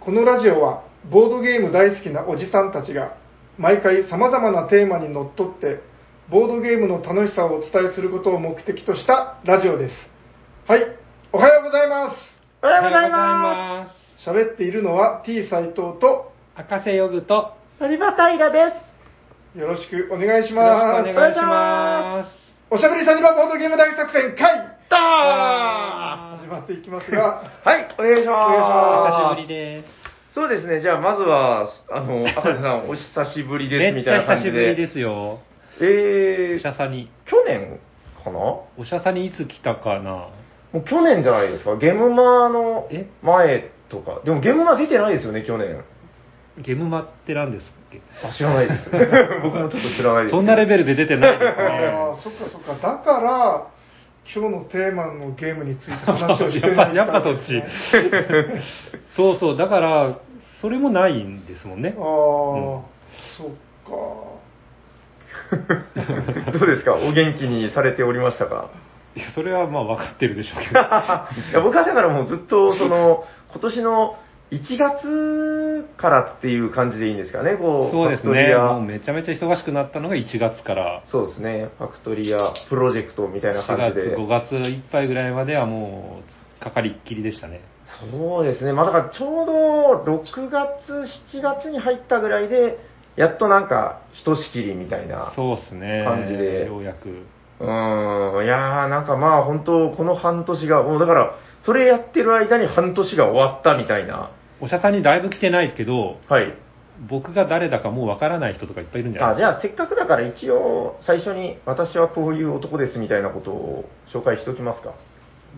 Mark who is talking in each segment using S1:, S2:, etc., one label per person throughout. S1: このラジオはボードゲーム大好きなおじさんたちが毎回様々なテーマにのっとってボードゲームの楽しさをお伝えすることを目的としたラジオですはいおはようございま
S2: おはようございます
S1: 喋っているのは T 斎藤と
S2: す。赤瀬ヨグと、
S3: す。サリバタイラです。
S1: よろしくお願いし
S2: よろ
S1: ま
S2: し
S1: す
S2: くお願いします。
S1: おしゃべりサニバボードゲーム大作戦 会
S3: だー
S2: あ
S1: 始まっていきますが
S3: はい、お願いします。
S2: お
S1: お
S2: 久しぶりです。
S3: そうですね、じゃあまずは、あ の、赤瀬さん、お久しぶりです、
S2: め
S3: み
S2: った
S3: い
S2: ち
S3: な
S2: ゃ
S3: 感
S2: 久
S3: じ
S2: しぶ
S3: で。
S2: りですよ。お
S3: えー、
S2: しゃさに。
S3: 去年かなも
S2: おしゃさにいつ来たかな
S3: う去年じゃないですか、ゲムマの
S2: え
S3: 前とか。でもゲムマ出てないですよね、去年。
S2: ゲムマって何ですっけ
S3: あ、知らないです。 僕もちょっと知らないです。
S2: そんな レベルで出てないです
S1: あ
S2: ね
S1: あ。そっかそっかだから今日のテーマのゲームについて話をしてない
S2: やっぱやっぱそっち
S1: あ。
S2: そうそう、だから、それもないんですもんね
S1: あー、。そっか
S3: どうですかお元気にされておりましたか
S2: いやそれはまあ分かってるでしょうけど。
S3: いや僕はだからもうずっとその 今年の1月からっていう感じでいいんですかね、こう
S2: そうです
S3: ファクトリ
S2: ね。もう
S3: ア
S2: めちゃめちゃ忙しくなったのが1月から。
S3: そうですね、ファクトリアプロジェクトみたいな
S2: 4
S3: 感じ
S2: 月、
S3: で、
S2: 5月いっぱいぐらいまではもう、かかりっきりでしたね。
S3: そうですね、まあ、だからちょうど6月、7月に入ったぐらいで、やっとなんか、ひとしきりみたいな、
S2: そうですね。
S3: 感じで
S2: ようやく。
S3: うーん、いやー、なんかまあ、本当、この半年が、もうだから、それやってる間に半年が終わったみたいな、
S2: お医者さんにだいぶ来てないけど、
S3: はい、
S2: 僕が誰だかもうわからない人とかいっぱいいるんじゃない
S3: あ
S2: で
S3: じゃあせっかくだから一応最初に私はこういう男ですみたいなことを紹介しておきますか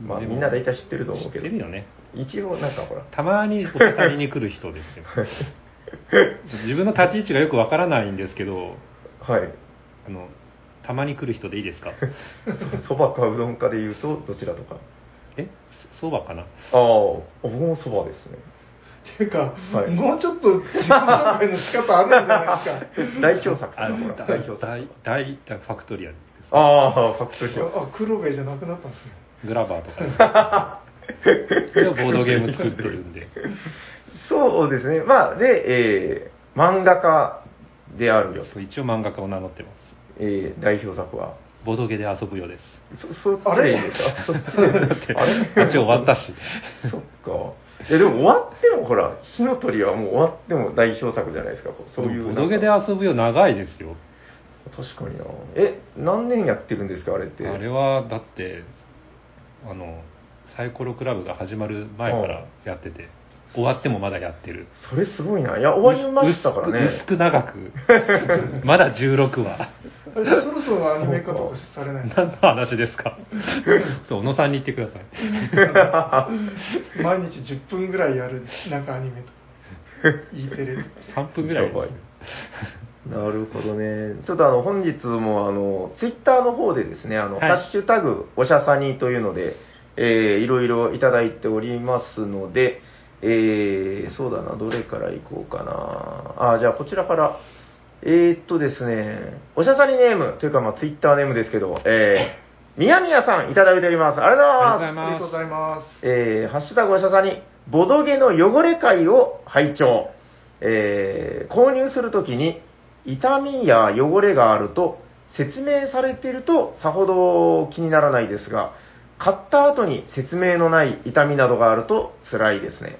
S3: まあ
S2: でも
S3: みんな大体知ってると
S2: す
S3: 思う
S2: か。
S3: け
S2: 知っ
S3: ど
S2: てるよね。
S3: 一応なんかほら
S2: たまにお医者さんに来る 人ですよ。自分の立ち位置がよくわからないんですけど、
S3: はい
S2: あの、たまに来る人でい いですか
S3: そそばかうどんかで言うとどちらとか
S2: えそそばかな
S3: ああ僕もそばです ね
S1: っていうか、
S3: はい
S1: もうちょっと自己紹介の仕方あるんじゃないですか
S3: 代表作
S2: あ
S3: かなほ
S2: の、
S3: ら
S2: 大
S3: 代表、作
S2: 大、大、大ファクトリアで
S3: ああファクトリー
S1: あ黒部じゃなくなったんですね
S2: す。グラバーとか です。それをボードゲーム作ってるんで。
S3: そうですねまあで、えー、漫画家であるよ、
S2: そう一応漫画家を名乗ってます。
S3: えー、代表作は
S2: ボードゲで遊ぶよう です。
S3: そそっちでいいですかそっちで
S2: だっ て、あっち終わったし。
S3: そっか。いやでも終わってもほら、火の鳥はもう終わっても代表作じゃないですか。こうそういう
S2: ボ
S3: なんか。
S2: ドゲで遊ぶよ長いですよ。
S3: 確かにな。え、何年やってるんですか、あれって。
S2: あれはだってあのサイコロクラブが始まる前からやってて終わってもまだやってる
S3: それすごいな。いや、終わりましたからね。
S2: 薄く薄く長く まだ16話
S1: あれそろそろアニメ化とかされ ない
S2: 何の話ですかそう小野さんに言ってください
S1: 毎日10分ぐらいやるなんかアニメとか E テレとか
S2: 3分ぐらいです
S3: やばい なるほどね。ちょっとあの、本日もあの、ツイッターの方でですね、あの、
S2: はい
S3: ハッシュタグ、おしゃさにというので、えー、いろいろいただいておりますので、えー、そうだな、どれからいこうかな。あー、じゃあこちらから、えー、っとですね、おしゃさにネーム、というかまあツイッターネームですけど、えー、みやみやさんいただいております。ありがとうございます。
S2: ありがとうござ
S1: ありがとうござい
S2: います
S1: ます
S3: えーハッシュタグおしゃさに、ボドゲの汚れ会を拝聴。えー購入するときに、痛みや汚れがあると、説明されているとさほど気にならないですが、買った後に説明のない痛みなどがあると辛いですね。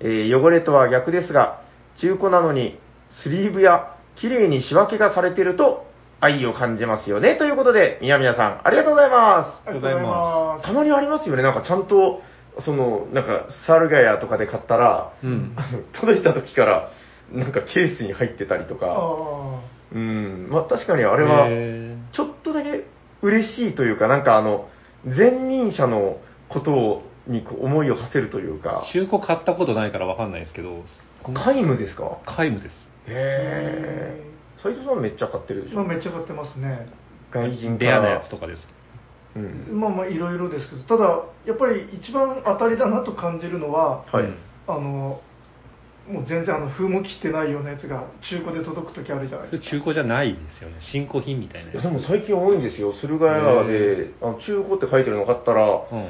S3: えー汚れとは逆ですが、中古なのにスリーブや綺麗に仕分けがされていると愛を感じますよね。ということで、宮宮さん、ありがとうございます。
S1: ありがとうございま
S3: たまにありますよね、なんかちゃんと、その、なんか、サルガヤとかで買ったら、
S2: うん
S3: あの届いた時から、なんかケースに入ってたりと
S1: す
S3: か、
S1: あ
S3: うん、まあ確かにあれは、
S2: へ
S3: ちょっとだけ嬉しいというか、なんかあの、前任者のことを、にこう思いを馳せるというか
S2: ー、中古買ったことないから分かんないですけど
S3: 皆無ですか
S2: 皆無です
S3: へえ。斎藤さんめっちゃ買ってるでし
S1: まあ
S3: ょ
S1: めっちゃ買ってますね
S3: 外人
S2: レアなやつとかです
S3: か。うん。
S1: まあまあいろいろですけどただやっぱり一番当たりだなと感じるのは
S3: はい。
S2: うん
S1: あのもう全然あの風も切ってないようなやつが中古で届く時あるじゃない
S2: それ
S1: ですか
S2: 中古じゃないですよね新古品みたい
S3: いや
S2: な
S3: で
S2: や
S3: も最近多いんですよ、駿河屋で、あの中古って書いてるの買ったら、
S2: つうん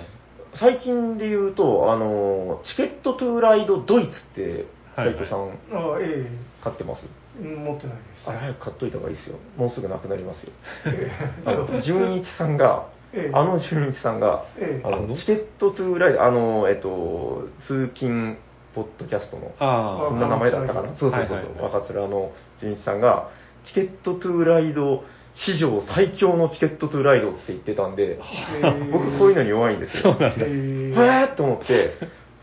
S3: 最近で言うと、あの、チケットトゥーライドドイツって、
S2: はいは
S3: 斉
S2: い
S3: 藤さ
S1: あ
S3: ん
S1: あえ
S3: 買ってます
S1: えうん持ってない
S3: あれ早く買っといた方がいいですよ。もうすぐなくなりますよ。
S1: です
S3: あの、純一さんが、
S1: ええ
S3: あの純一さんが、
S1: ええ
S3: あ
S2: あ
S3: の
S2: の
S3: チケットトゥーライド、あの、えっと、通勤ポッドキャストの、
S2: あ
S3: そ
S2: あ
S3: んな名前だったかな。そうそうそうそう、
S2: はいはいはい
S3: 若面の純一さんが、チケットトゥーライド史上最強のチケットトゥーライドって言ってたんで、僕こういうのに弱いんですよ。
S2: そうなんだ
S1: に
S3: ふわーっと思って、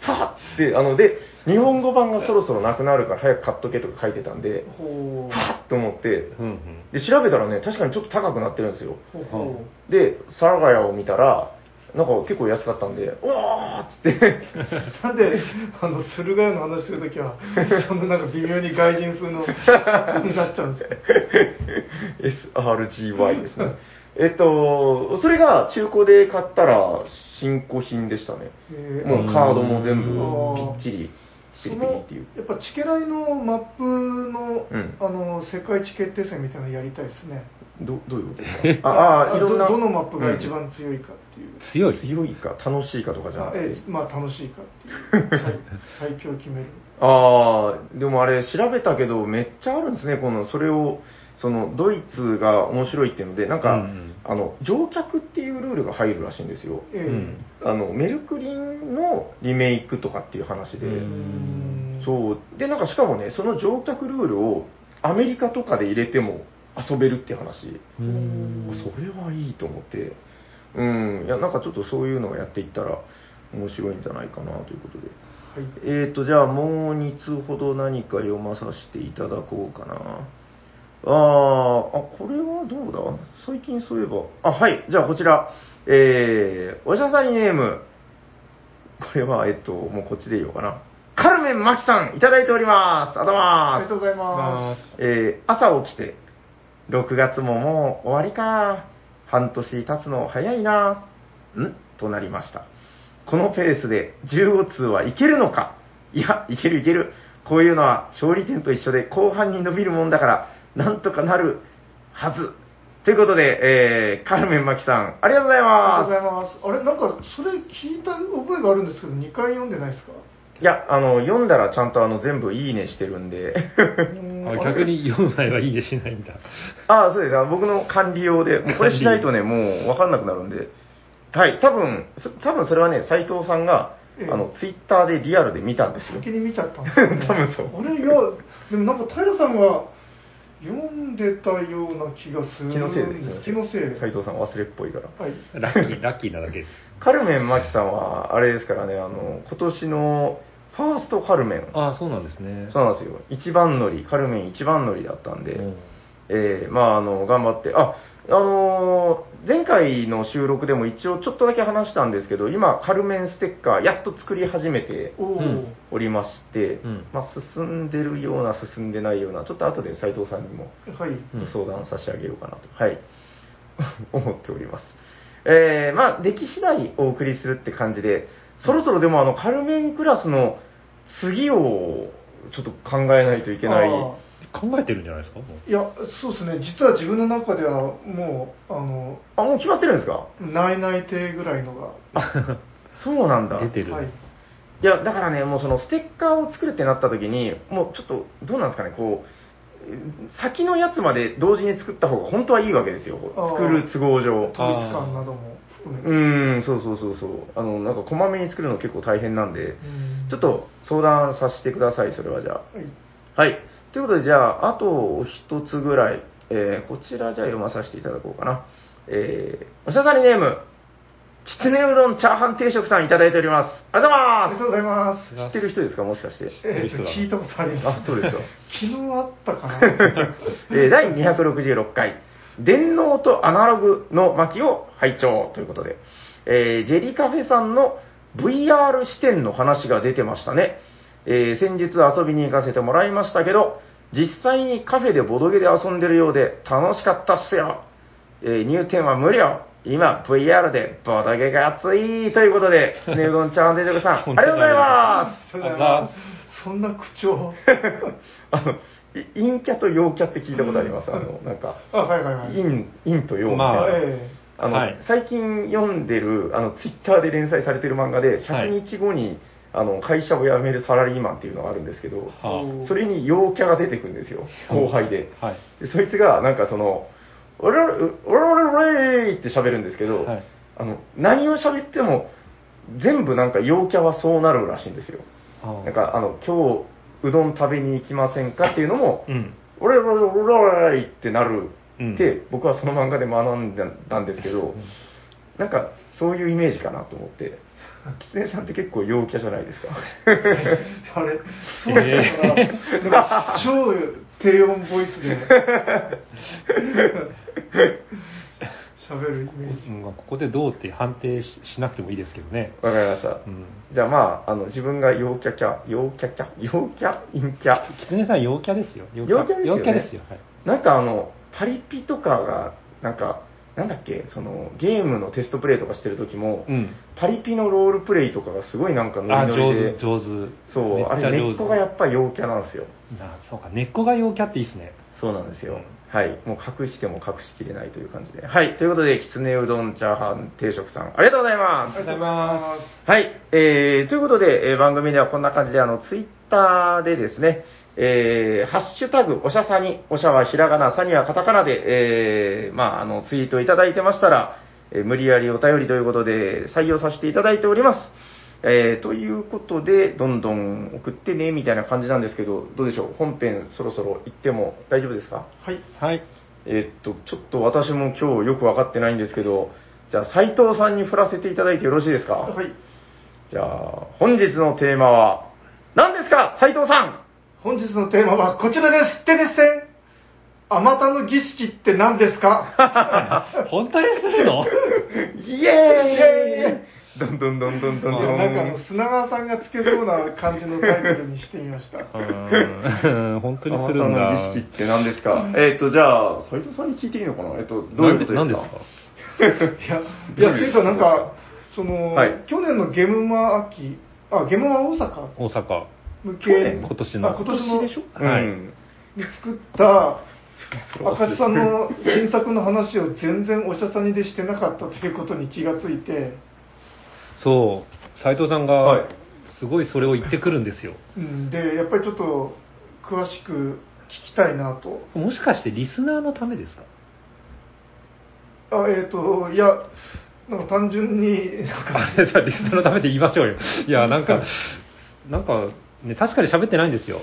S3: ふわーって、あの、で、日本語版がそろそろなくなるから早く買っとけとか書いてたんで、
S1: ほ
S3: ふ
S1: う
S3: わーっと思って、
S2: うんうん
S3: で、調べたらね、確かにちょっと高くなってるんですよ。
S1: ほうほ
S3: で、サラガヤを見たら、なんか結構安かったんで、うわーっつって、
S1: うなんであの駿河屋の話するときはそんななんか微妙に外人風のになっちゃうんですよ
S3: SRGY ですね。えっと、それが中古で買ったら新古品でしたね。
S1: ええ
S3: もうカードも全
S1: うん
S3: 部ぴっちり、
S1: そ
S3: ピリピリ
S1: の
S3: っていう。
S1: やっぱチケライのマップの,、
S3: うん
S1: あの世界一決定戦みたいなのやりたいですね
S3: どどういうことで すかああ、いろんな。
S1: どどのマップが一番強いかっていう、
S2: 強い
S3: 強いか、楽しいかとかじゃなく
S1: え
S3: て。
S1: えまあ楽しいかっていう 最最強を決める
S3: ああ、でもあれ、調べたけど、めっちゃあるんですね、この、それを、その、ドイツが面白いっていうので、なんか、
S2: うんうん
S3: あの、乗客っていうルールが入るらしいんですよ。
S1: ええ
S2: うん
S3: あの、メルクリンのリメイクとかっていう話で、
S2: うん
S1: う
S3: そう、で、なんかしかもね、その乗客ルールをアメリカとかで入れても遊べるって話、
S2: うーん
S3: それはいいと思って、うん、いや、なんかちょっとそういうのをやっていったら、面白いんじゃないかなということで。
S1: はい
S3: えーと、じゃあもう2通ほど何か読まさせていただこうかな。あーあ、これはどうだ最近そういえば。あ、はい。じゃあこちら。えー、おしゃさりネーム。これは、えっと、もうこっちでいいようかな。カルメン・マキさん、いただいております。ありがとうござい
S1: ありがとうござい
S3: ます
S1: ま
S3: えー朝起きて、6月ももう終わりか、半年経つの早いな、んとなりました。このペースで15通はいけるのかいや、いけるいける。こういうのは勝利点と一緒で後半に伸びるもんだから、なんとかなるはず。ということで、えーカルメン・マキさん、ありがとうござい
S1: すありがとうご
S3: ま
S1: ざいますあれなんかそれ聞いた覚えがあるんですけど2回読んでないですか
S3: す。いや、あの、読んだらちゃんとあの、全部いいねしてるんで。
S1: うん
S2: あ逆に読む前はいいねしないんだ。
S3: ああ、そうです。あの僕の管理用で、もうこれしないとね、もう分かんなくなるんで。はい、多分、そ多分それはね、斉藤さんが、
S1: ええ
S3: あの、ツイッターでリアルで見たんですよ。
S1: 先に見ちゃったんですよ、
S3: 多分そう
S1: あれいやでもなんか平さんが読んでたような気がするん
S3: 気のせい
S1: で
S3: ですす。
S1: 気のせい
S3: 斉藤さん忘れっぽいから。
S1: はい
S2: ラッキー、ラッキーなだけです。
S3: カルメン・マキさんは、あれですからね、あの、今年のファーストカルメン。
S2: ああ、そうなんですね。
S3: そうなんですよ。一番乗り、カルメン一番乗りだったんで。
S2: うん
S3: えーまあ、あの、頑張って、あ、あのー前回の収録でも一応ちょっとだけ話したんですけど、今、カルメンステッカー、やっと作り始めて
S1: おお、
S2: うん
S3: おりまして、
S2: うん
S3: まあ、進んでるような、進んでないような、ちょっと後で斉藤さんにも
S1: はい
S2: うん
S3: 相談差し上げようかなと、はい 思っております。えーまあ、出来次第お送りするって感じで、そろそろでも、あの、カルメンクラスの次を、ちょっと考えないといけない。
S1: あ
S2: 考えてるんじゃないですかもう
S1: ーいやそうですね実は自分の中ではもうあの
S3: あ、もう決まってるんですか
S1: ないない亭ぐらいのが
S3: そうなんだ。
S2: 出てる。
S1: はい
S3: いや、だからね、もうそのステッカーを作るってなった時に、もうちょっと、どうなんですかね、こう、うん先のやつまで同時に作った方が本当はいいわけですよ
S1: あ。ー
S3: 作る都合上。
S1: 特別感なども含め
S3: う
S1: て
S3: ーん、そうそうそうそう。あの、なんかこまめに作るの結構大変なんで、
S1: うん
S3: ちょっと相談させてください、それはじゃ
S1: はい
S3: あ。はい。ということで、じゃあ、あと一つぐらい、えーこちらじゃあ読まさせていただこうかな。えー、おしゃさりネーム、きつねうどんチャーハン定食さんいただいております。ありがとうござい
S1: あ
S3: ます
S1: りがとうございます
S3: 知ってる人ですか、もしかして。
S1: えーと聞いたことあります
S3: あ、そうですか。
S1: 昨日あった かな
S3: えー第266回、電脳とアナログの巻を拝聴ということで、えージェリカフェさんの VR 視点の話が出てましたね。えー先日遊びに行かせてもらいましたけど、実際にカフェでボドゲで遊んでるようで楽しかったっすよ。えー入店は無料。今、VR でボドゲが熱いということで、きつねうどんちゃんデジョクさん、ありがとうございます。
S1: ありがとうございますそんな口調
S3: あの、い陰キャと陽キャって聞いたことあります。あの、なんか、
S1: あはいはいはい
S3: 陰、陰と陽みたいな。
S2: まあ
S1: え
S3: あの、
S2: はい
S3: 最近読んでる、あの、ツイッターで連載されてる漫画で、
S2: はい
S3: 100日後に、あの、会社を辞めるサラリーマンっていうのがあるんですけど、
S2: は
S1: おー
S3: それに陽キャが出てくるんですよ、後輩で。
S2: あ、はい。
S3: でそいつが、なんかその、おらおらおらおらいって喋るんですけど、
S2: はい
S3: あの、何を喋っても、全部なんか陽キャはそうなるらしいんですよ。
S2: あ
S3: なん、か、あの、今日、うどん食べに行きませんかっていうのも、
S2: うん。
S3: 俺俺俺俺俺ってなる
S2: うん
S3: って、僕はその漫画で学んだたんですけど、なんかそういうイメージかなと思って、狐さんって結構陽キャじゃないですか。
S1: あれ、そうだから、なんか超低音ボイス で喋るイメージ。
S2: うんまあここでどうって判定ししなくてもいいですけどね。
S3: わかりました。
S2: うん。
S3: じゃあまあ、あの自分が陽キャキャ、陽キャキャ、陽キャ、陰キャ。
S2: キツネさん陽キャですよ。
S3: 陽
S2: 陽
S3: キ
S2: キ
S3: ャ
S2: ャ
S3: で
S2: ですす
S3: よ
S2: よ。はい。
S3: なんかあの、パリピとかが、なんか、なんだっけ、そのゲームのテストプレイとかしてる時も、
S2: うん。
S3: パリピのロールプレイとかがすごいなんかノ
S2: あ、
S3: リノ
S2: 上
S3: リで
S2: 手、上手。
S3: そう、あ
S2: めっちゃ
S3: れ根
S2: 上
S3: っ
S2: 手
S3: こがやっぱ陽キャなんですよ。
S2: なそうか、根っこが陽キャっていいですね。
S3: そうなんですよ。はい。もう隠しても隠しきれないという感じで。はい。ということで、きつねうどんチャーハン定食さん、ありがとうございま
S1: ありが
S3: す。
S1: とうございま
S3: はい。えー、ということで、えー番組ではこんな感じで、あの、ツイッターでですね、えー、ハッシュタグ、おしゃさに、おしゃはひらがな、さにはカタカナで、えー、まあ、あの、ツイートいただいてましたら、えー無理やりお便りということで、採用させていただいております。えー、ということで、どんどん送ってね、みたいな感じなんですけど、どうでしょう本編そろそろ行っても大丈夫ですか
S1: す。はい。
S2: はい。
S3: えーっと、ちょっと私も今日よくわかってないんですけど、じゃあ、斉藤さんに振らせていただいてよろしいですか
S1: はい。
S3: じゃあ、本日のテーマは、何ですか、斉藤さん
S1: 本日のテーマはこちらです。テレセン。あまたの儀式って何ですか
S2: 本当にす るの
S3: イエーイどんどんどんどんどんど
S1: い
S3: ん。
S1: やなんかあの砂川さんがつけそうな感じのタイトルにしてみました。
S2: うーん本当にするん
S3: あ
S2: だ。
S3: なたの儀式って何ですかえっと、じゃあ、斉藤さんに聞いていいのかなえっと、どういうことですか
S2: なんでなんですか
S1: いや、いや、っていうかなんか、その、
S3: はい
S1: 去年のゲムマ秋、あ、ゲムマ大阪
S2: 大阪。
S1: 向
S3: 去
S1: け、
S3: 年
S2: 今年の
S1: あ今年の
S3: でしょ
S2: はい
S3: うん
S1: に作った、赤石さんの新作の話を全然おしゃさにでしてなかったということに気がついて、
S2: そう。斉藤さん
S3: は
S2: が
S3: い、
S2: すごいそれを言ってくるんですよ。
S1: うんで、やっぱりちょっと詳しく聞きたいなと。
S2: もしかしてリスナーのためですか
S1: あ、えっ、と、いや、なんか単純に、なんか、
S2: あれさ、リスナーのためで言いましょうよ。いや、なんか、なんか、ね、確かに喋ってないんですよ。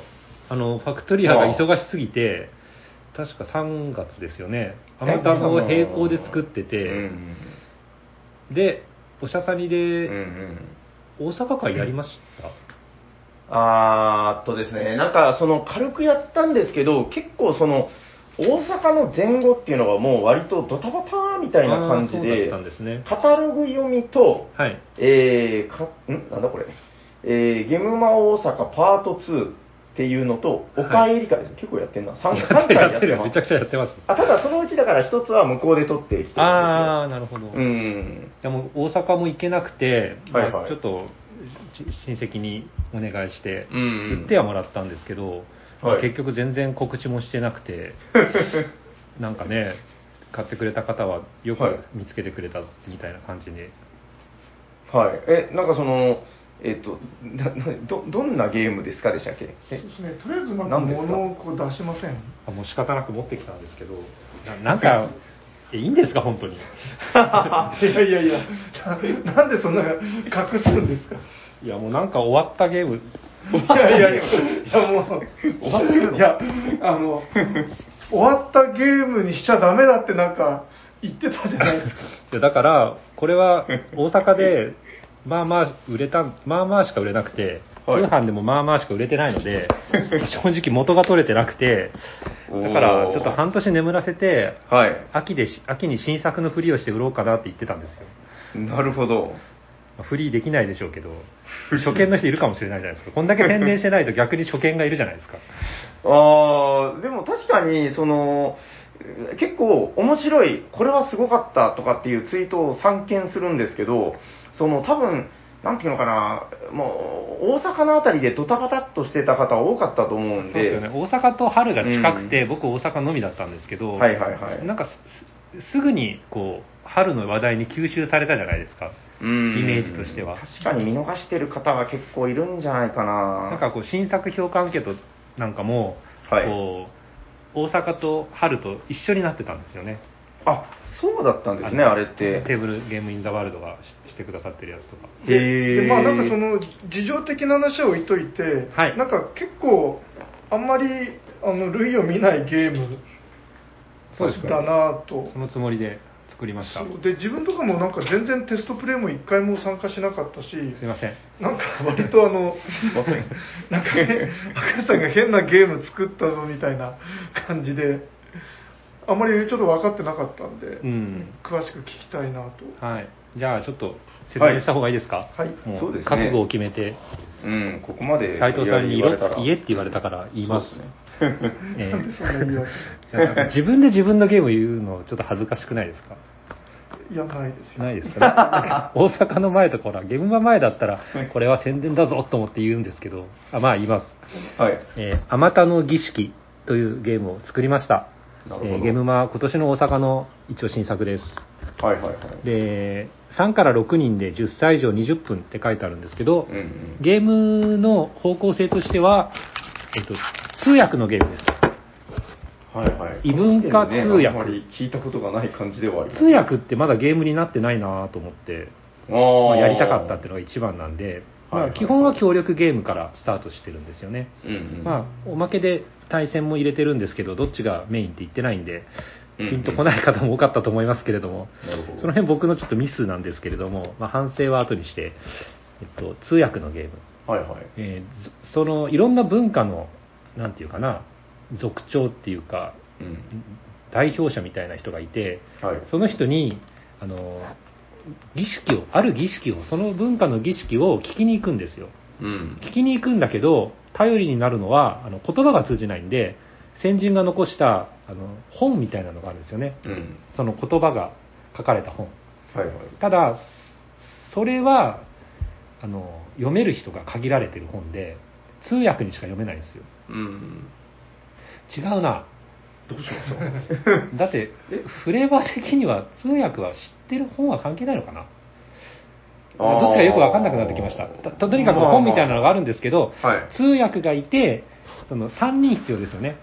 S2: あの、ファクトリアが忙しすぎて、確か3月ですよね。あなたの並行で作って
S3: う
S2: て、
S3: ん
S2: で、おしゃさに
S3: うんう
S2: で
S3: ん
S2: 大阪会やりました、
S3: あーっとですね、なんかその軽くやったんですけど、結構その、大阪の前後っていうのがもう割とドタバタみたいな感じ
S2: あー
S3: で、
S2: そうだったんですね。
S3: カタログ読みと、
S2: はい。
S3: えー、かんなんだこれ、えー、ゲムマ大阪パート2っていうのと、おかえり会です、結構やってんな、3, 三回や
S2: や
S3: っ
S2: っててる、
S3: ま
S2: め
S3: す
S2: ちゃくちゃやってます。
S3: あただそのうちだから一つは向こうで撮ってきてるんですよ。
S2: ああ、なるほど。
S3: うん、
S2: でも大阪も行けなくて、
S3: はいはい
S2: まあちょっとち親戚にお願いして、
S3: うんうん
S2: 売ってはもらったんですけど、
S3: はい
S2: 結局全然告知もしてなくてなんかね買ってくれた方はよ
S3: はい
S2: く見つけてくれたみたいな感じで、
S3: はい。え、なんかその、えっ、とななど、どんなゲームですかでしたっけ
S1: そう
S3: え
S1: ですね、とりあえずなんか
S3: 何ですか
S1: 物をこう出しません。
S2: あもう仕方なく持ってきたんですけどななんかえいいんですか本当に
S1: いやいやいや、ななんでそんな隠すんですか。
S2: いやもうなんか終わったゲーム
S1: いやいやいや、いやもう、
S3: 終わってるの
S1: いや、あの、終わったゲームにしちゃダメだってなんか言ってたじゃないですか。
S2: いやだからこ れは大阪でまあまあ売れたまあまあしか売れなくて、
S3: はい
S2: 通販でもまあまあしか売れてないの で正直元が取れてなくてだからちょっと半年眠らせて
S3: はい。
S2: 秋でし秋に新作のフリーをして売ろうかなって言ってたんですよ
S3: なるほど。
S2: まあフリーできないでしょうけど初見の人いるかもしれないじゃないですかこんだけ宣伝してないと逆に初見がいるじゃない ですか
S3: ああ、でも確かに、その、結構面白い、これはすごかったとかっていうツイートを散見するんですけど、その多分、なんていうのかな、もう、大阪のあたりでドタバタっとしてた方多かったと思うん
S2: そう
S3: で。
S2: ですよね大阪と春が近くて、僕大阪のみだったんですけど、
S3: はいはいはい。
S2: なんかすすぐにこう春の話題に吸収されたじゃないですか、
S4: イ
S2: イメージとしては
S3: 確かに見逃してる方が結構いるんじゃないかな。
S2: なんかこう新作評価アンケートなんかも、
S3: はい
S2: こう大阪と春と一緒になってたんですよね
S3: あ、そうだったんですね、あれっ
S2: テ
S3: て。
S2: ーブルゲームインザワールドがししてくださってるやつとか
S1: で
S3: へー
S1: でまあなんかその事情的な話を置いといて、
S2: はい
S1: なんか結構あんまりあの類を見ないゲーム
S2: そうですか
S1: だなぁと
S2: そのつもりで作りました
S1: そうで自分とかもなんか全然テストプレイも1回も参加しなかったし
S2: すいません
S1: なんか割とあの なんかね赤さんが変なゲーム作ったぞみたいな感じであんまりちょっと分かってなかったんで、
S2: うん
S1: 詳しく聞きたいなと
S2: はいじゃあちょっと説明した方がいいですか、
S1: はい
S2: も
S3: そうですね
S2: 覚悟を決めて
S3: うん、ここまで
S2: 斉藤さんに
S3: 言われ
S2: 言
S3: たら。
S2: えって言われたから言います
S3: そうですね
S2: え
S1: なんでそんな言い訳
S2: えなんか自分で自分のゲーム言うのちょっと恥ずかしくないですか
S1: いやないですよ
S2: ないです か、ね、大阪の前とかほらゲームマ前だったらこれは宣伝だぞと思って言うんですけどあまあ言います
S3: はい。
S2: えー、あまたの儀式というゲームを作りました。え
S3: なるほど
S2: ーゲームマ今年の大阪の一応新作です。
S3: はいはいはい。
S2: で、3から6人で10歳以上20分って書いてあるんですけど、
S3: うんうん。
S2: ゲームの方向性としては、えっと、通訳のゲームです。
S3: はいはい。
S2: 異文化通訳
S3: あんまり聞いたことがない感じではあります
S2: 通訳ってまだゲームになってないなと思って、
S3: あ
S2: ま
S3: ー
S2: あやりたかったっていうのが一番なんで、ま
S3: はいは
S2: あ、
S3: い
S2: 基本は協力ゲームからスタートしてるんですよね。
S3: うんうん。
S2: まあ、おまけで対戦も入れてるんですけど、どっちがメインって言ってないんで、
S3: うんうん
S2: ピンとこない方も多かったと思いますけれども、
S3: なるほど。
S2: その辺僕のちょっとミスなんですけれども、まあ、反省は後にして、えっと、通訳のゲーム、
S3: はいはい。
S2: えーずそのいろんな文化の、なんていうかな、族長っていうか、
S3: うん。
S2: 代表者みたいな人がいて、
S3: はい。
S2: その人に、あの、儀式を、ある儀式を、その文化の儀式を聞きに行くんですよ。
S3: うん。
S2: 聞きに行くんだけど、頼りになるのは、あの言葉が通じないんで、先人が残したあの本みたいなのがあるんですよね。
S3: うん。
S2: その言葉が書かれた本。
S3: はいはい。
S2: ただ、それはあの読める人が限られてる本で、通訳にしか読めないんですよ。
S3: うん。
S2: 違うな。
S3: どうしました
S2: だって、フレーバー的には通訳は知ってる本は関係ないのかな
S3: あー
S2: どっちかよく分かんなくなってきました。たととにかく本みたいなのがあるんですけど、
S3: はい。
S2: 通訳がいて、その3人必要ですよね。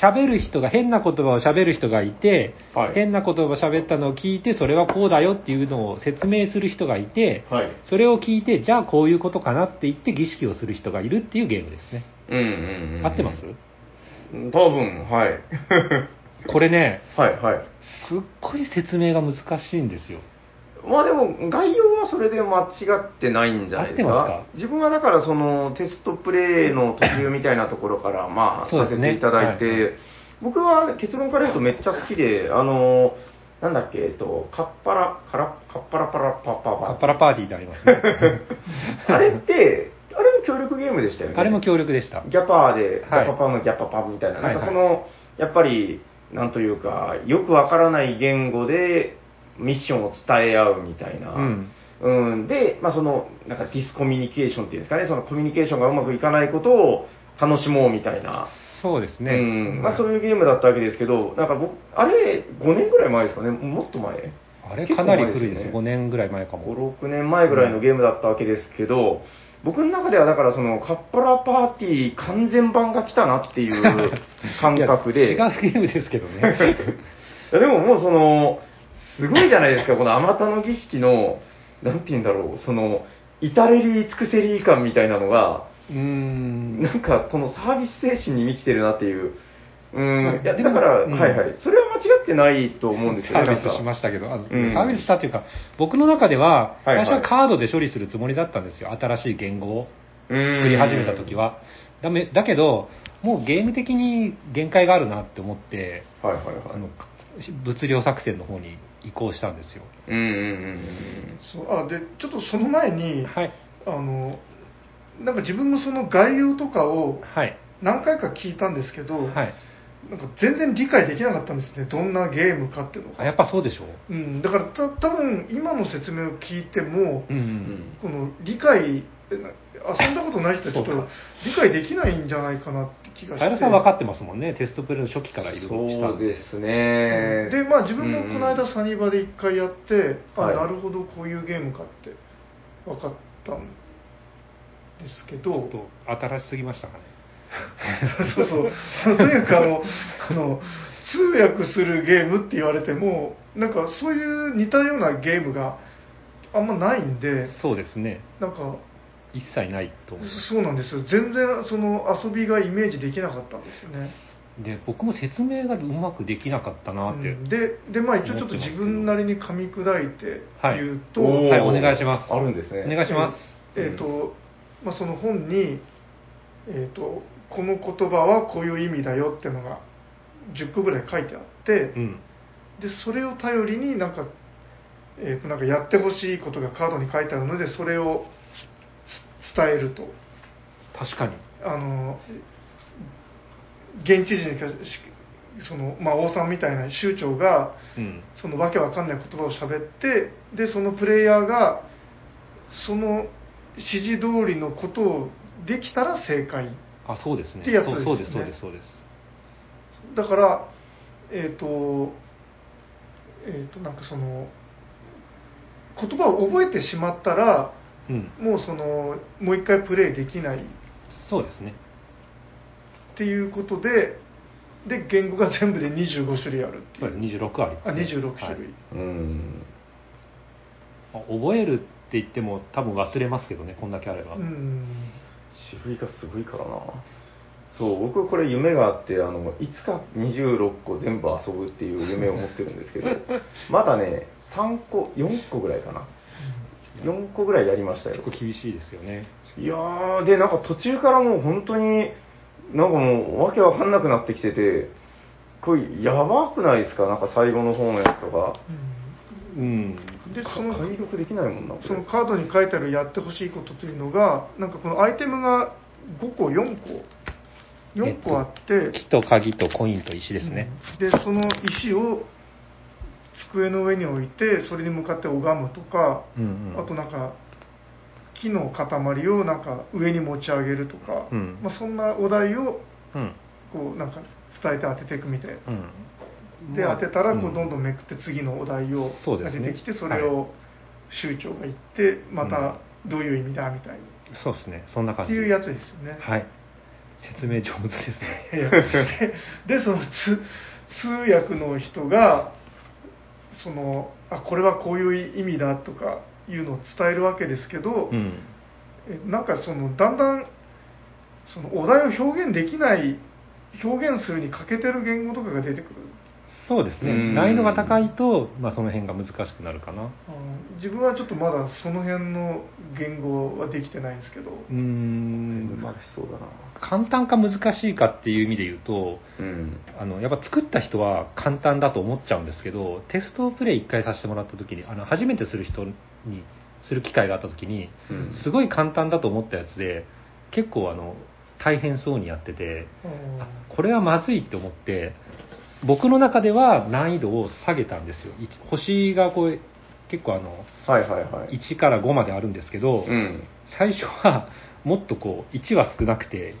S2: 喋る人が、変な言葉を喋る人がいて、
S3: はい
S2: 変な言葉を喋ったのを聞いて、それはこうだよっていうのを説明する人がいて、
S3: はい。
S2: それを聞いて、じゃあこういうことかなって言って儀式をする人がいるっていうゲームですね。
S3: うんうんうん。
S2: 合ってます
S3: 多分、はい。
S2: これね、
S3: はいはい。
S2: すっごい説明が難しいんですよ。
S3: まあでも、概要はそれで間違ってないんじゃないですか。
S2: 合ってますか
S3: 自分はだから、そのテストプレイの途中みたいなところから、まあ、
S2: そう
S3: さ
S2: で
S3: せ
S2: すね
S3: ていただいて、
S2: はいは
S3: 僕は結論から言うとめっちゃ好きで、あの、なんだっけ、えっと、カッパラ、カラ、カッパラパラパパ
S2: カッ
S3: パ。
S2: パラパーティーでありますね。
S3: あれって、あれも協力ゲームでしたよね。
S2: あれも協力でした。
S3: ギャパーで、ギ
S2: はい
S3: ャパパのギャパパみたいな、
S2: はいはい
S3: なんかその、やっぱり、なんというか、よくわからない言語でミッションを伝え合うみたいな。
S2: うん。
S3: うん、で、まあ、その、なんかディスコミュニケーションっていうんですかね、そのコミュニケーションがうまくいかないことを楽しもうみたいな。
S2: そうですね。
S3: うん、まあ、そう
S2: はい
S3: いうゲームだったわけですけど、なんか僕、あれ、5年ぐらい前ですかね、もっと前。
S2: あれかなり古
S3: 結構前
S2: いで
S3: ですす
S2: よ。
S3: ね
S2: 5年ぐらい前かも。
S3: 5、6年前ぐらいのゲームだったわけですけど、僕の中ではだからそのカッパラパーティー完全版が来たなって いう感覚で。
S2: いや違うゲームですけ どね。
S3: いやでももうその、すごいじゃないですか、このあまたの儀式の、なんて言うんだろう、その、至れり尽くせり感みたいなのが、
S2: うーん。
S3: なんかこのサービス精神に満ちてるなっていう。うん、いや
S2: で
S3: だ
S2: も
S3: から、
S2: うん
S3: はいはい、それは間違ってないと思うんですよ
S2: サ
S3: ね、な
S2: ービ
S3: ん
S2: スし
S3: か。
S2: ましたけど、あの
S3: うん
S2: サービスしたというか、僕の中では、
S3: はい
S2: 最
S3: はい
S2: 初はカードで処理するつもりだったんですよ、新しい言語を
S3: 作
S2: 作り始めた時。は。だめだけど、もうゲーム的に限界があるなって思って、
S3: はいはいはい。
S2: あの物量作戦の方に移行したんですよ。
S3: うんうん
S1: そうあでちょっとその前に、
S2: はい、
S1: あのなんか自分もその概要とかを
S2: はい、
S1: 何回か聞いたんですけど、
S2: はい。
S1: なんか全然理解できなかったんですねどんなゲームかっていうの
S2: あ
S1: が、
S2: やっぱそうでしょう。
S1: うん、だからた多分今の説明を聞いても、
S2: うんう
S3: うんうん
S2: ん。
S1: この理解えな遊んだことない人はちょっと
S2: そうか
S1: 理解できないんじゃないかなって 気がして
S2: 平さん分かってますもんね、テストプレイの初期からいるした
S3: そ
S2: ん
S3: うですね。
S1: でまあ自分もこの
S3: うんう
S1: 間
S3: ん
S1: サニバで一回やって、あ
S3: はい
S1: なるほどこういうゲームかって分かったんですけ
S2: ちょ
S1: ど
S2: っと新しすぎましたかね。
S1: そうそうそうとにかくあのあの通訳するゲームって言われてもなんかそういう似たようなゲームがあんまないんで
S2: そうですね。
S1: なんか
S2: 一切ないと思います。
S1: そうなんですよ全然その遊びがイメージできなかったんですよね
S2: で、僕も説明がうまくできなかったなって。
S1: うんででまあ一応ちょっと自分なりに噛み砕いて
S2: はい
S1: 言うと、
S3: おー
S2: はいお願いします
S3: あるんですね。
S2: お願いします。
S1: えーえーとまあ、その本に、えーと「この言葉はこういう意味だよ」っていうのが10個ぐらい書いてあって、
S2: うん。
S1: でそれを頼りになんか,、えーとなんかやってほしいことがカードに書いてあるのでそれを伝えると
S2: 確かに。
S1: あの現地人にかしその、まあ、王さんみたいな州長が
S2: うん。
S1: そのわけわかんない言葉を喋ってでそのプレイヤーがその指示通りのことをできたら正解
S2: あ、そうですね。
S1: ってやつ
S2: そうそうで
S1: です
S2: す、そう
S1: ね
S2: です、そうです。
S1: だからえっ、とえっ、となんかその言葉を覚えてしまったら
S2: うん。
S1: もうそのもう一回プレイできないっ
S2: そうですね。
S1: ていうことでで言語が全部で25種類あるって
S2: そう
S1: い
S2: です
S1: う
S2: 26あります、
S1: あ26種類、
S2: はい
S3: うん。
S2: あ覚えるって言っても多分忘れますけどね、こんだけあれば。
S1: うん
S3: 渋いがすごいからな。そう、僕はこれ夢があって、あの、いつか26個全部遊ぶっていう夢を持ってるんですけど、まだね、3個、4個ぐらいかな。4個ぐらいやりましたよ
S2: 結。構厳しいですよね。
S3: いやー、で、なんか途中からもう本当に、なんかもうわけわかんなくなってきてて、これやばくないですかなんか最後の方のやつとか。
S2: うん。
S1: で
S3: か
S1: その
S3: 解読できないもんな、これ
S1: そのカードに書いてあるやってほしいことというのが、なんかこのアイテムが5個、4個、4個あって、
S2: 木と鍵とコインと石ですね。
S1: うんでその石を机の上に置いて、それに向かって拝むとか、
S2: うんうん
S1: あとなんか、木の塊をなんか上に持ち上げるとか、
S2: うん
S1: まあ、そんなお題を
S2: うん。
S1: こうなんか伝えて当てていくみたいな。
S2: うん。
S1: で
S2: ま
S1: 当
S2: あ
S1: てたらこうどんどん
S2: う
S1: めくって次のお題を
S2: そう
S1: が
S2: です
S1: 出
S2: ね
S1: てきてそれを州長が言ってまたどういう意味だみたいな
S2: そうですね。そんな感
S1: っ
S2: じ。
S1: ていうやつですよね。
S2: はい。説明上手ですね。
S1: いやでそのつ通訳の人がそのあこれはこういう意味だとかいうのを伝えるわけですけど、
S2: うん。
S1: えなんかそのだんだんそのお題を表現できない表現するに欠けてる言語とかが出てくる。
S2: そうです
S3: う
S2: ね。
S3: ん
S2: 難易度が高いと、まあその辺が難しくなるかな。
S1: あの自分はちょっとまだその辺の言語はできてないんですけど、
S2: うーん。ま
S3: 難
S2: あ
S3: しそうだな。
S2: 簡単か難しいかっていう意味で言うと、
S3: うん。
S2: あのやっぱ作った人は簡単だと思っちゃうんですけどテストプレイ1回させてもらった時にあの初めてする人にする機会があった時に
S3: うん
S2: すごい簡単だと思ったやつで結構あの大変そうにやってて
S1: うん
S2: あこれはまずいって思って僕の中では難易度を下げたんですよいち星がこう結構あの
S3: はいはいはい。
S2: 1から5まであるんですけど、
S3: うん。
S2: 最初はもっとこう1は少なくて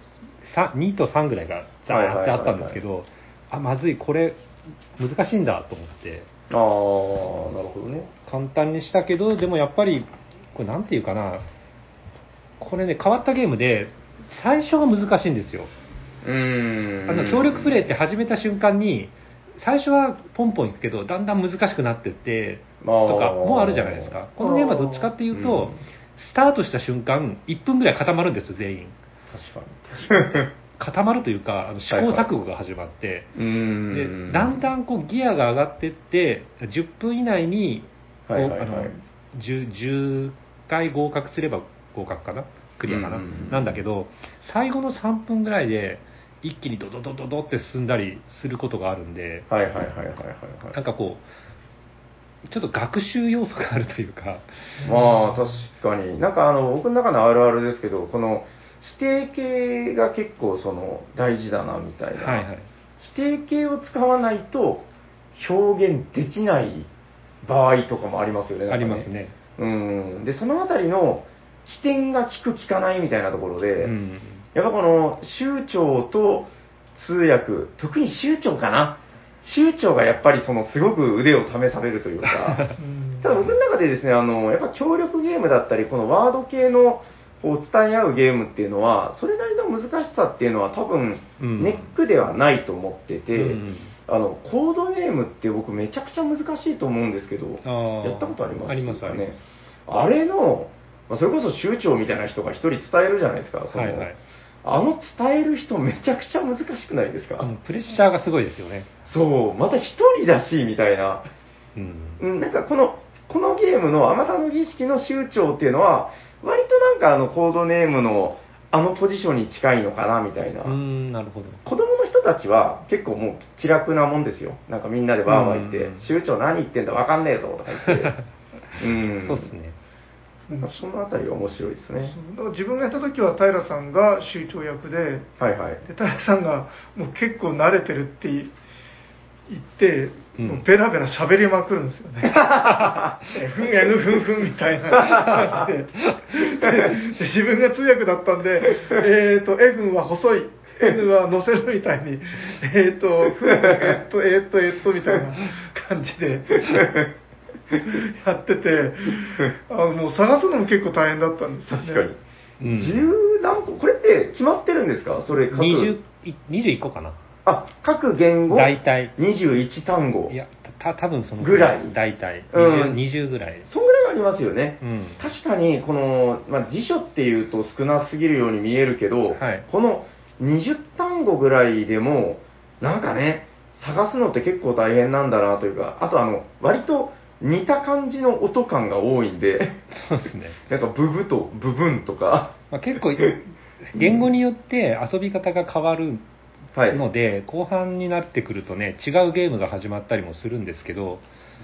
S2: さ2と3ぐらいがザーってあったんですけどあまずいこれ難しいんだと思って
S3: あー、なるほどね。
S2: 簡単にしたけどでもやっぱりこれなんていうかなこれね変わったゲームで最初が難しいんですよ
S3: う
S2: あ
S3: ん。
S2: の協力プレイって始めた瞬間に最初はポンポンいくけどだんだん難しくなってって
S3: あー
S2: とかもあるじゃないですかこのゲームはどっちかっていうと、
S3: うん
S2: スタートした瞬間1分ぐらい固まるんですよ全員
S3: 確かに。
S2: 固まるというかあの試行錯誤が始まって、
S3: うん
S2: でだんだんこうギアが上がってって10分以内にこう
S3: はいはいはい
S2: あの 10, 10回合格すれば合格かなクリアかな、
S3: うんうんうん
S2: なんだけど最後の3分ぐらいで一気にドドドドドって進んだりすることがあるんで
S3: はいはいはいはいはいはい
S2: なんかこうちょっと学習要素があるというか
S3: まあ確かになんかあの僕の中のあるあるですけどこの否定形が結構その大事だなみたいな、
S2: はいはい
S3: 否定形を使わないと表現できない場合とかもありますよね
S2: あ
S3: なんか
S2: りますね
S3: うんでそのあたりの視点が効く効かないみたいなところで、
S2: うん
S3: やっぱこの、州長と通訳、特に州長かな。州長がやっぱりその、すごく腕を試されるというか、
S1: うん
S3: ただ僕の中でですね、あの、やっぱ協力ゲームだったり、このワード系の、こう伝え合うゲームっていうのは、それなりの難しさっていうのは多分、
S2: うん
S3: ネックではないと思ってて、
S2: うん
S3: あの、コードネームって僕めちゃくちゃ難しいと思うんですけど、
S2: あー
S3: やったことあります
S2: あります
S3: か
S2: ありま
S3: ね
S2: す。
S3: あれの、まあそれこそ州長みたいな人が一人伝えるじゃないですか、その
S2: はいはい
S3: あの伝える人めちゃくちゃ難しくないですか、
S2: うんプレッシャーがすごいですよね。
S3: そう、また一人だし、みたいな。
S2: うん
S3: うん、なんかこの、このゲームの天の儀式の州長っていうのは、割となんかあのコードネームのあのポジションに近いのかな、みたいな。
S2: うーん、なるほど。
S3: 子供の人たちは結構もう気楽なもんですよ。なんかみんなでわーわー言
S2: う
S3: っ
S2: ん
S3: て、州長何言ってんだわかんねえぞとか言 って。うん。
S2: そうですね。
S3: なんかそのあたりが面白いですね。
S1: だから自分がやった時は平さんが州長役で
S3: はいはい。
S1: で平さんがもう結構慣れてるって言って、
S2: うん
S1: もうベラベラ喋りまくるんですよねでふんやぬふんふんみたいな感じででで自分が通訳だったんでえっ、と F は細い N は乗せるみたいに、えっ、と、ふんえっと、えっと、えっと、みたいな感じで、やってて、あのもう探すのも結構大変だったんですよね。
S3: 確かに。
S2: うん
S3: 十何個これって決まってるんですかそれ各。
S2: 20い21個かな。
S3: あ、各言語。
S2: 大体
S3: 21単語。
S2: いや、た多分その
S3: ぐらい
S2: 大体。
S3: うん
S2: 20, 20ぐらい。
S3: そんぐらいはありますよね。
S2: うん
S3: 確かに、この、まあ、辞書っていうと少なすぎるように見えるけど、
S2: はい
S3: この20単語ぐらいでも、なんかね、探すのって結構大変なんだなというか、あとあの、割と似た感じの音感が多いんで、
S2: そうですね。
S3: なんかブブとブブンとか、
S2: まあ、結構、言語によって遊び方が変わる
S3: はい。
S2: ので、後半になってくるとね、違うゲームが始まったりもするんですけど、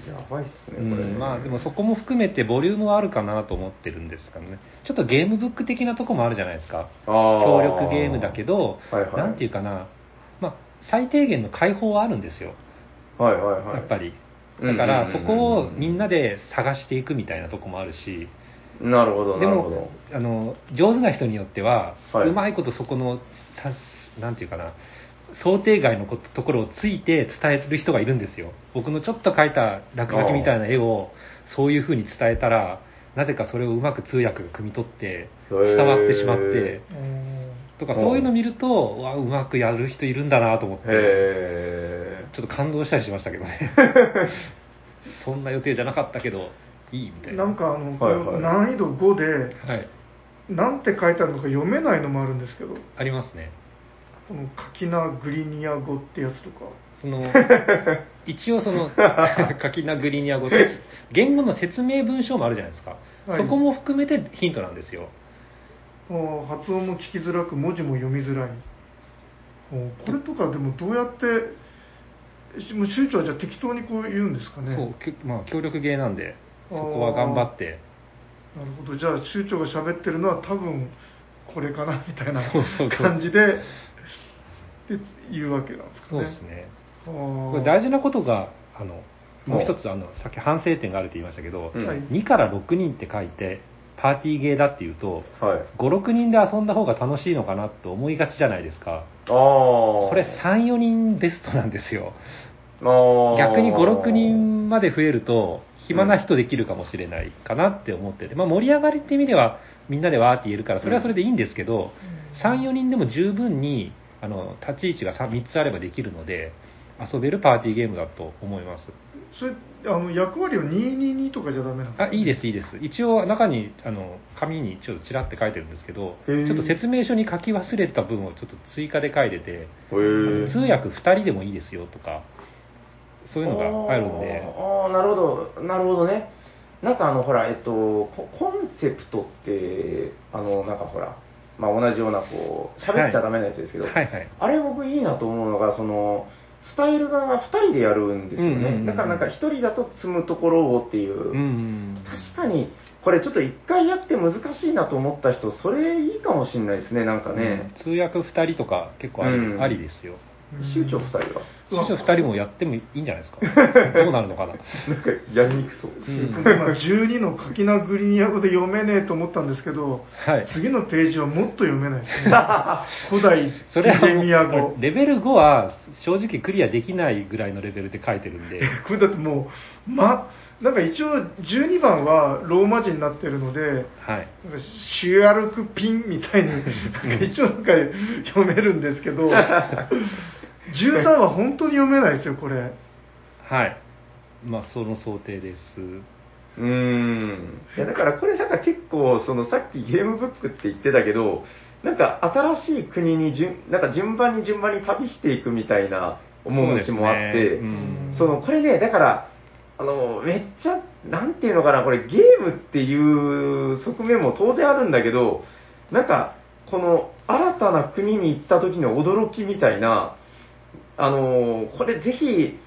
S3: やばいっすね、こ
S2: う
S3: れ。
S2: んまあでもそこも含めてボリュームはあるかなと思ってるんですかね。ちょっとゲームブック的なとこもあるじゃないですか。
S3: あー
S2: 協力ゲームだけ、ど、
S3: はいはい
S2: なんていうかな、まあ、最低限の解放はあるんですよ、
S3: はいはいはい。
S2: やっぱり。
S3: うんう
S2: だ
S3: んうんうん
S2: から、そこをみんなで探していくみたいなとこもあるし、
S3: なるほど、
S2: で
S3: なるほど
S2: も。、あの上手な人によっては、
S3: はいう
S2: まいことそこの、さなんていうかな、想定外のことところをついて伝える人がいるんですよ。僕のちょっと描いた落書きみたいな絵を、そういうふうに伝えたら、なぜかそれをうまく通訳が汲み取って、伝わってしまっ
S3: へ
S2: て。
S1: うん
S2: とか
S3: うん
S2: そういうの見ると、うわうまくやる人いるんだなと思って
S3: へ
S2: ちょっと感動したりしましたけ どねそんな予定じゃなかったけどいいみたいな
S1: なんかあの、
S3: はいはい
S1: 難易度5で、
S2: はい
S1: なんて書いてあるのか読めないのもあるんですけど、
S2: ありますね
S1: このカキナグリニア語ってやつとか、
S2: その一応その 書きなぐりにあごと言語の説明文章もあるじゃないですか、
S1: はい
S2: そこも含めてヒントなんですよ
S1: もう発音も聞きづらく、文字も読みづらい。もうこれとかでもどうやって、しもう州長はじゃあ適当にこう言うんですかね。
S2: そうきまあ協力芸なんでそこは頑張って
S1: なるほど、じゃあ州長が喋ってるのは多分これかなみたいな
S2: そうそうそう
S1: 感じで、で言うわけなんですか
S2: そう
S1: ね。
S2: ですね
S1: あ
S2: これ
S1: ー
S2: 大事なことがあのもう一つあのさっき反省点があるって言いましたけど、
S3: うん
S1: はい
S2: 2から6人って書いてパーティーゲーだっていうと
S3: ーはい。
S2: 56人で遊んだ方が楽しいのかなと思いがちじゃないですか
S3: ああ。
S2: これ34人ベストなんですよ
S3: あー
S2: 逆に56人まで増えると暇な人できるかもしれないかなって思ってて、まあ、盛り上がりって意味ではみんなでわーって言えるからそれはそれでいいんですけど34人でも十分にあの立ち位置が 3, つあればできるので遊べるパーティーゲームだと思います
S1: それあの役割を222とかじゃダメなんですか
S2: あいいです、いいです、一応、中にあの紙にちょっとちらって書いてるんですけど、ち
S3: へー
S2: ょっと説明書に書き忘れた分をちょっと追加で書いてて、
S3: へー
S2: 通訳2人でもいいですよとか、そういうのがあるんで、
S3: あーあーなるほどなるほどねなんかあのほらえっとココンセプトってあのなんかほらまあ同じようなこう喋っちゃダメなやつですけど、
S2: はいはい、
S3: あれ僕いいなと思うのがそのスタイル側が2人でやるんですよね、
S2: うんうんうんうん
S3: だからなんか1人だと積むところをっていう、
S2: うん、
S3: 確かにこれちょっと1回やって難しいなと思った人それいいかもしれないですねなんかね、
S2: 通訳2人とか、結構あり,、
S3: うん
S2: ありですよ、
S1: うん
S3: 州長2人は
S1: うわ
S2: むしろ2人もやってもいいんじゃないですか どうなるのかな
S3: なんかやりにくそう。
S2: うん
S1: 僕今12の書きなぐりにや語で読めねえと思ったんですけど、
S2: はい
S1: 次のページはもっと読めないです ね古代
S2: それは
S1: ギリミア
S2: も
S1: 語
S2: うレベル5は正直クリアできないぐらいのレベルで書いてるんで
S1: これだってもうまなんか一応12番はローマ字になってるので
S2: は
S1: な
S2: い
S1: んかシュアルクピンみたいになんか一応なんか読めるんですけ ど13は本当に読めないですよこれ
S2: はいまあその想定です
S3: うーん。いや、だからこれなんか結構、そのさっきゲームブックって言ってたけど、なんか新しい国に順、なんか順番に順番に旅していくみたいな趣もあって、
S2: そうですねうん
S3: そのこれね、だから、あのめっちゃ、なんていうのかな、これ、ゲームっていう側面も当然あるんだけど、なんか、この新たな国に行った時の驚きみたいな、あのこれ、ぜ ひ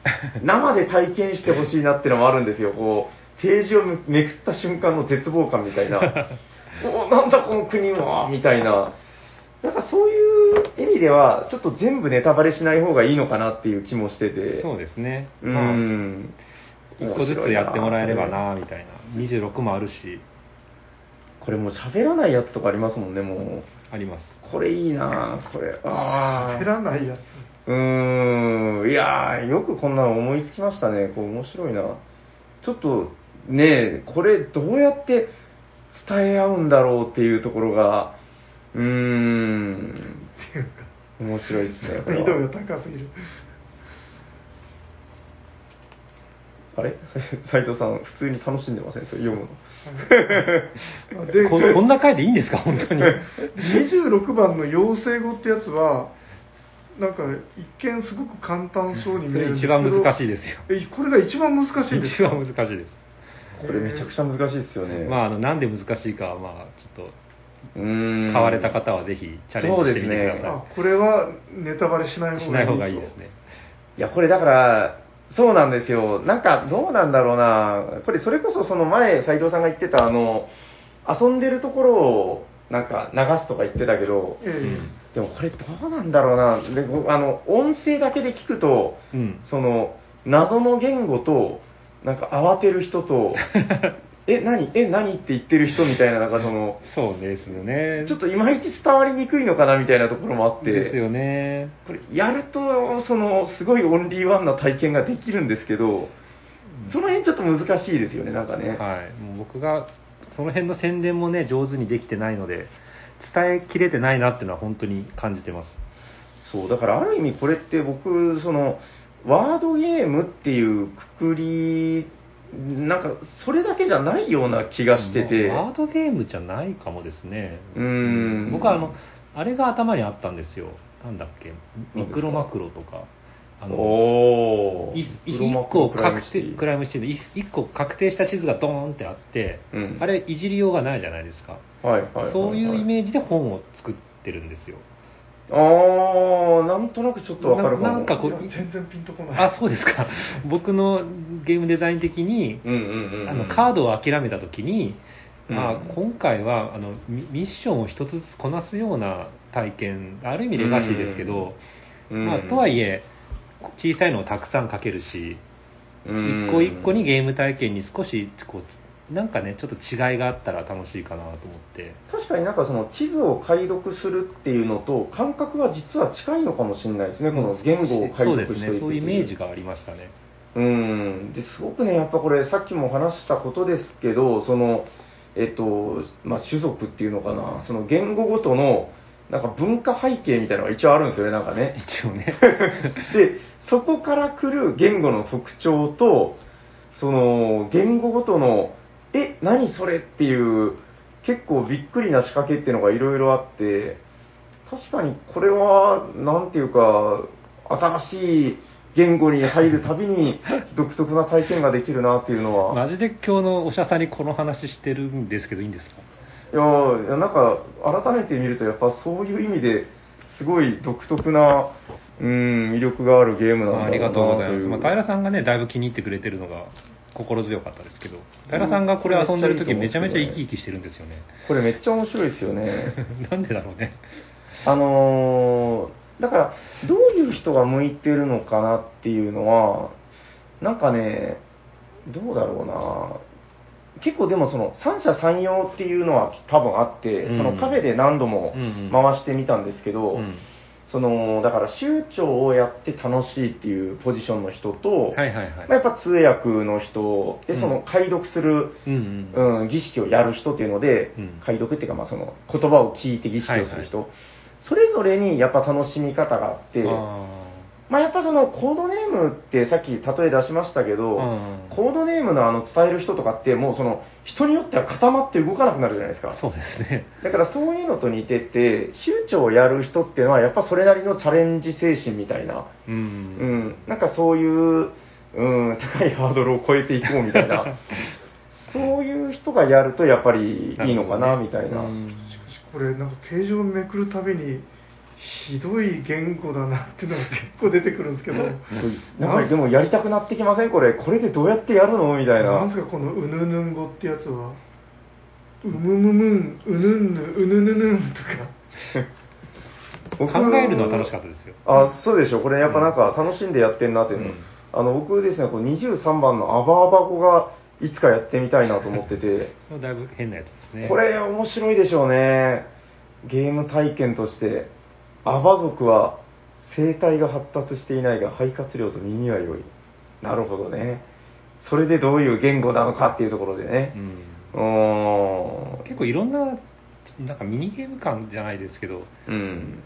S3: 生で体験してほしいなってのもあるんですよ、こう、ページをめめくった瞬間の絶望感みた いな、おなんだこの国は、みたいな。なんかそういう意味では、ちょっと全部ネタバレしない方がいいのかなっていう気もしてて。
S2: そうですね
S3: う
S2: まあ
S3: ん。
S2: 一個ずつやってもらえればなみたいな26もあるし
S3: これもう喋らないやつとかありますもんね、もう。
S2: あります
S3: これいいなこれ。あ
S1: 減
S3: あ。
S1: らないやつ
S3: うーん。いやーよくこんなの思いつきましたね。こう、面白いな。ちょっと、ねえこれどうやって伝え合うんだろうっていうところが、うーん。面白いですね、これ
S1: 移
S3: は
S1: 動が高すぎる
S3: あれ 斎藤さん、普通に楽しんでませんそれ読むの。
S1: で
S2: ここんな回でいいんですか本当に
S1: 26番の「妖精語」ってやつはなんか一見すごく簡単そうに見えるんですけど
S2: それ一番難しいですよ
S1: えこれが一番難しいんです
S2: 一
S1: か
S2: 番難しいです
S3: これめちゃくちゃ難しいですよね。
S2: まああのなんで難しいかはまあちょっと
S3: うーん。
S2: 買われた方はぜひチャレンジしてみてくだ
S3: そう
S2: さ
S1: あこれはネタバレしない方が
S2: い、
S1: いい
S2: しない方がいいですね
S3: いや、これだから、そうなんですよ。なんか、どうなんだろうな。これ、それこそその前、斉藤さんが言ってた、あの、遊んでるところを、なんか、流すとか言ってたけど、
S1: え
S3: でもこれどうなんだろうな。で、僕あの、音声だけで聞くと、
S2: うん
S3: その、謎の言語と、なんか慌てる人と、 え、何え、何って言ってる人みたいな、なんかその、
S2: そうですよね
S3: ちょっといまいち伝わりにくいのかなみたいなところもあって。
S2: ですよね
S3: これやるとそのすごいオンリーワンな体験ができるんですけどその辺ちょっと難しいですよねなんかね、
S2: はい、もう僕がその辺の宣伝もね上手にできてないので伝えきれてないなっていうのは本当に感じてます
S3: そうだからある意味これって僕そのワードゲームっていうくくりなんかそれだけじゃないような気がしてて
S2: まあワードゲームじゃないかもですね
S3: うーん
S2: 僕はあのあれが頭にあったんですよなんだっけミクロマクロとかあの
S3: おー
S2: い一個確定クライムシーンでい一個確定した地図がドーンってあって、
S3: うん
S2: あれいじりようがないじゃないですか、
S3: はいはいはいはい
S2: そういうイメージで本を作ってるんですよ
S3: ああなんとなくちょっとわかるかも
S2: ななんかこう
S1: いや全然ピンとこない
S2: あそうですか僕のゲームデザイン的に
S3: うんうんうんうん
S2: あのカードを諦めた時に、
S3: うん
S2: まあ、今回はあのミミッションを一つずつこなすような体験ある意味レガシーですけど、
S3: うん
S2: まあ、とはいえ小さいのをたくさんかけるし
S3: うん
S2: 一個一個にゲーム体験に少しこうなんかねちょっと違いがあったら楽しいかなと思って
S3: 確かになんかその地図を解読するっていうのと感覚は実は近いのかもしれないですね、この言語を解
S2: そう
S3: 読し
S2: です
S3: ていく
S2: ねそういうイ
S3: と
S2: メージがありましたね
S3: うんですごくね、やっぱこれ、さっきも話したことですけど、そのえっとまあ、種族っていうのかな、その言語ごとのなんか文化背景みたいなのが一応あるんですよね、なんかね。
S2: 一応ね
S3: で、そこから来る言語の特徴と、その言語ごとの、え、何それっていう、結構びっくりな仕掛けっていうのがいろいろあって、確かにこれは、なんていうか、新しい言語に入るたびに独特な体験ができるなっていうのは、
S2: マジで今日のおしゃさんにこの話してるんですけどいいんですか
S3: いやーいやなんか改めて見るとやっぱそういう意味ですごい独特な、うん、魅力があるゲームなんだ
S2: ま
S3: ろうな
S2: あ、ありがとうございます、まあ、
S3: 平
S2: 平さんがねだいぶ気に入ってくれてるのが心強かったですけど平さんがこれ遊んでる時
S3: うん
S2: めちゃめちゃ生き生きしてるんですよね
S3: これめっちゃ面白いですよね。
S2: なんでだろうね
S3: あのー、だから、どういう人が向いてるのかなっていうのは、なんかね、どうだろうな。結構でもその三者三様っていうのは多分あって、
S2: うん
S3: そのカフェで何度も
S2: うんうん
S3: 回してみたんですけど、
S2: うん
S3: そのだから州長をやって楽しいっていうポジションの人と、
S2: はいはいはい。
S3: まあ、やっぱ通訳の人
S2: う
S3: で
S2: ん
S3: その解読する、
S2: うんうん
S3: うん、儀式をやる人っていうので、
S2: うん
S3: 解読っていうか、まあ、その言葉を聞いて儀式をする人、それぞれにやっぱ楽しみ方があって、
S2: あ
S3: まあ、やっぱそのコードネームってさっき例え出しましたけど、
S2: ーうん
S3: コードネームのあの伝える人とかって、もうその人によっては固まって動かなくなるじゃないですか。
S2: そうですね。
S3: だからそういうのと似てて、州長をやる人っていうのは、やっぱそれなりのチャレンジ精神みたいな、う
S2: う。
S3: んん、なんかそういう、うん、高いハードルを超えていこうみたいな、そういう人がやるとやっぱりいいのかなみたいな。
S2: うん
S1: しかしこれなんか形状をめくるたびにひどい言語だなっていうのが結構出てくるんですけど
S3: なんかでもやりたくなってきませんこれ、これでどうやってやるのみたいな。
S1: なんすかこのうぬぬん語ってやつはうむむむんうぬんぬうぬぬぬんとか
S3: 僕
S2: 考えるのは楽しかったですよ。
S3: あそうでしょ、これやっぱなんか楽しんでやってんなっていうの、
S2: うん
S3: あの僕ですね、こう23番のアバアバ語がいつかやってみたいなと思ってて、
S2: だいぶ変なやつです ね。
S3: これ面白いでしょうね、ゲーム体験として、アバ族は生態が発達していないが、肺活量と耳は良い、なるほどね、それでどういう言語なのかっていうところでね
S2: う、ん
S3: うーん、
S2: 結構いろんな、なんかミニゲーム感じゃないですけど、
S3: うん、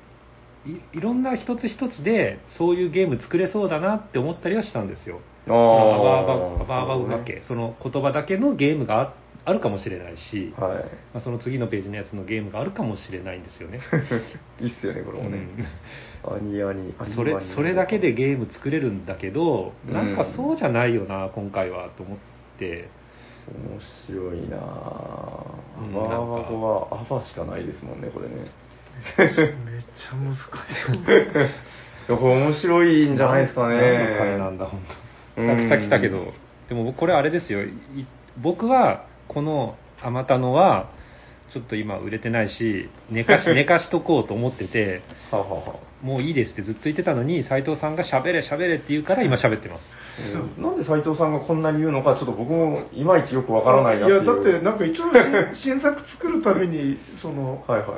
S2: いいろんな一つ一つで、そういうゲーム作れそうだなって思ったりはしたんですよ。
S3: あー
S2: そのアバアバ、アバアバウだ
S3: な
S2: け
S3: る、
S2: その言葉だけのゲームがああるかもしれないし、
S3: ほどねは
S2: まあ、その次のページのやつのゲームがあるかもしれないんですよね。
S3: い、いいっすよね、これもね。アニアニ
S2: それそれだけでゲーム作れるんだけど、
S3: うん
S2: なんかそうじゃないよな、今回はと思って、
S3: 面白いなぁ
S2: うん
S3: アバア
S2: なん
S3: バ
S2: か
S3: 語はアバしかないですもんねこれね
S1: めっちゃ難しい
S3: いやこれ面白いんじゃないですかね
S2: 何の回なんだ、本当、
S3: うん
S2: さっき来たけど、でも僕、これあれですよ、い僕はこのあまたのは、ちょっと今、売れてないし、寝かし寝かしとこうと思ってて、
S3: ははは
S2: もういいですってずっと言ってたのに、斉藤さんが喋れ、喋れって言うから、今、喋ってます。
S3: うんなんで斎藤さんがこんなに言うのかちょっと僕もいまいちよくわからないなってい
S1: や
S3: う
S1: だってなんか一応新新作作るためにその
S3: はいはい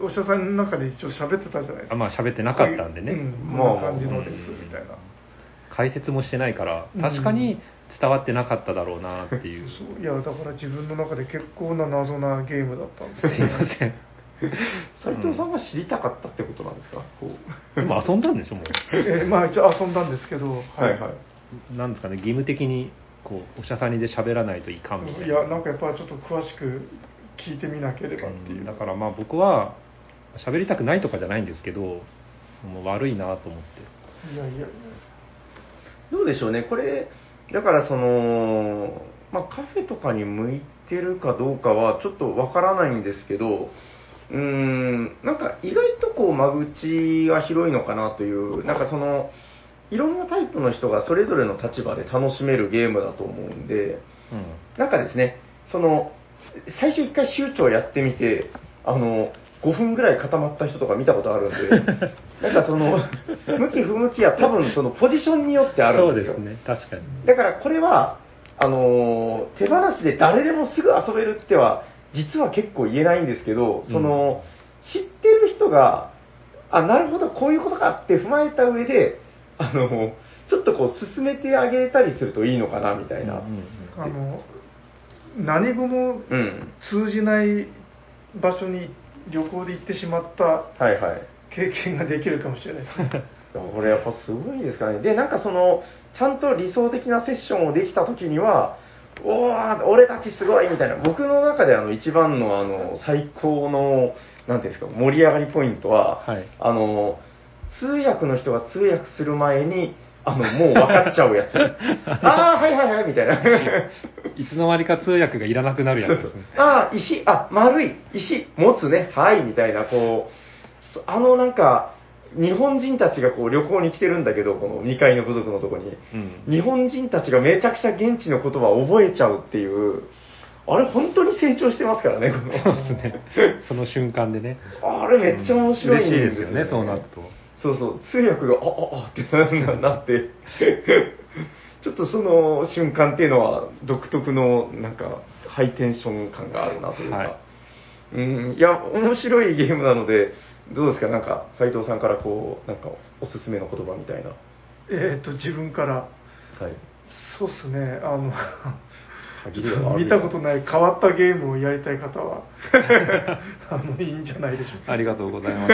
S1: お医者さんの中で一応喋ってたじゃないです
S2: あ
S1: か
S2: まあ喋ってなかったんでね、
S1: うん、
S3: まあ
S1: こんな感じのですみたいな、
S2: 解説もしてないから
S1: うん
S2: 確かに伝わってなかっただろうなっ ていう、
S1: そういやだから自分の中で結構な謎なゲームだったんですよ
S2: すいません
S3: 斎藤さんが知りたかったってことなんですか、こ
S2: でも遊んだんでしょも
S1: えーまあ一応遊んだんですけど、
S3: うはいはい、
S2: うなんですかね義務的にこうおしゃさんにで喋らないといかんみたいない
S1: やなんかやっぱちょっと詳しく聞いてみなければっていう、
S2: だからまあ僕は喋りたくないとかじゃないんですけどもう悪いなと思って
S1: いやいや
S3: どうでしょうね、これ、だからその、まあ、カフェとかに向いてるかどうかはちょっとわからないんですけど、うーん、なんか意外とこう間口が広いのかなという、なんかその、いろんなタイプの人がそれぞれの立場で楽しめるゲームだと思うんで、なんかですね、その、最初一回集長やってみて、あの、5分ぐらい固まった人とか見たことあるん で、なんかその、向き不向きは多分そのポジションによってあ
S2: そ
S3: る
S2: うん
S3: ですよ。
S2: ですね確かに
S3: だからこれは、あのー手放しで誰でもすぐ遊べるっては、実は結構言えないんですけど、その、知ってる人が、あ、なるほど、こういうことかって踏まえた上で、あのーちょっとこう進めてあげたりするといいのかなみたいな。
S2: うんうん
S1: あの何語も
S3: うん。
S1: 通じない場所に旅行で行ってしまった
S3: はいはい。
S1: 経験ができるかもしれない ですね
S3: これやっぱすごいですかね。で、なんかその、ちゃんと理想的なセッションをできた時には、おー、俺たちすごいみたいな、僕の中であの一番のあの最高の、なんていうんですか、盛り上がりポイントは、
S2: はい
S3: あの、通訳の人が通訳する前に、あの、もう分かっちゃうやつ。あー、はいはいはい、みたいな。
S2: いつの間にか通訳がいらなくなるやつですね
S3: ああ、石、あ、丸い、石、持つね、はい、みたいな、こう、そあのなんか、日本人たちがこう旅行に来てるんだけど、この2階の部族のとこに。
S2: うん
S3: 日本人たちがめちゃくちゃ現地の言葉を覚えちゃうっていう、あれ本当に成長してますからね、この
S2: そうですねその瞬間でね
S3: あれめっちゃ面白いん
S2: 嬉しい
S3: で
S2: ですす
S3: よ
S2: よ
S3: ね。
S2: ねそうなると
S3: そうそう、通訳が、あああってななって、 ちょっとその瞬間っていうのは、独特のなんか、ハイテンション感があるなというか、
S2: はい
S3: うん、いや、面白いゲームなので、どうですか、なんか、斉藤さんからこう、なんか、おすすめの言葉みたいな。
S1: えっ、と、自分から、
S3: はい。
S1: そうっすね、あの、
S3: 限りはある
S1: 見たことない変わったゲームをやりたい方 は、あの、いいんじゃないでしょうか。
S2: ありがとうござい ます。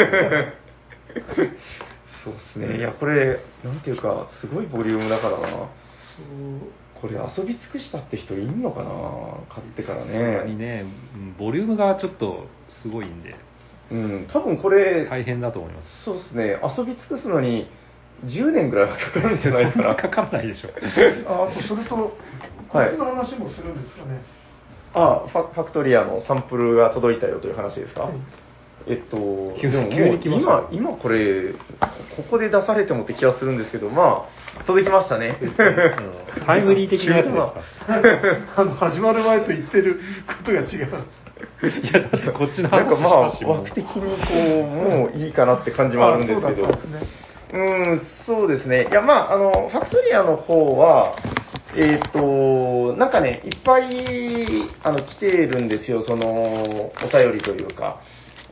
S3: そうですね。いや、これ、なんていうか、すごいボリュームだからな。
S1: そう
S3: これ遊び尽くしたって人いんのかな買ってから
S2: さすがに
S3: ね。
S2: ね、うんボリュームがちょっとすごいんで、
S3: うん、多分これ、
S2: 大変だと思います。
S3: そうですね、遊び尽くすのに10年ぐらいはかかるんじゃないかな。
S2: かかんないでしょ。
S1: ああとそれと、こっちの話もするんですかね。
S3: あファ、ファクトリアのサンプルが届いたよという話ですか、
S1: はい
S3: えっと、
S2: 急に
S3: でももう
S2: 急に来ました
S3: 今、今これ、ここで出されてもって気がするんですけど、まあ、届きましたね。
S2: うんタイムリー的なやつですか。
S1: あの始まる前と言ってることが違う。
S2: いや、だってこっちの
S3: なん
S2: 話
S3: かまあ、
S2: し
S3: 枠
S2: たし
S3: 的にこう、もういいかなって感じもあるんですけど。
S1: あそうだったんですね。
S3: うん、そうですね。いや、まあ、あの、ファクトリアの方は、えっ、と、なんかね、いっぱい、あの、来てるんですよ、その、お便りというか。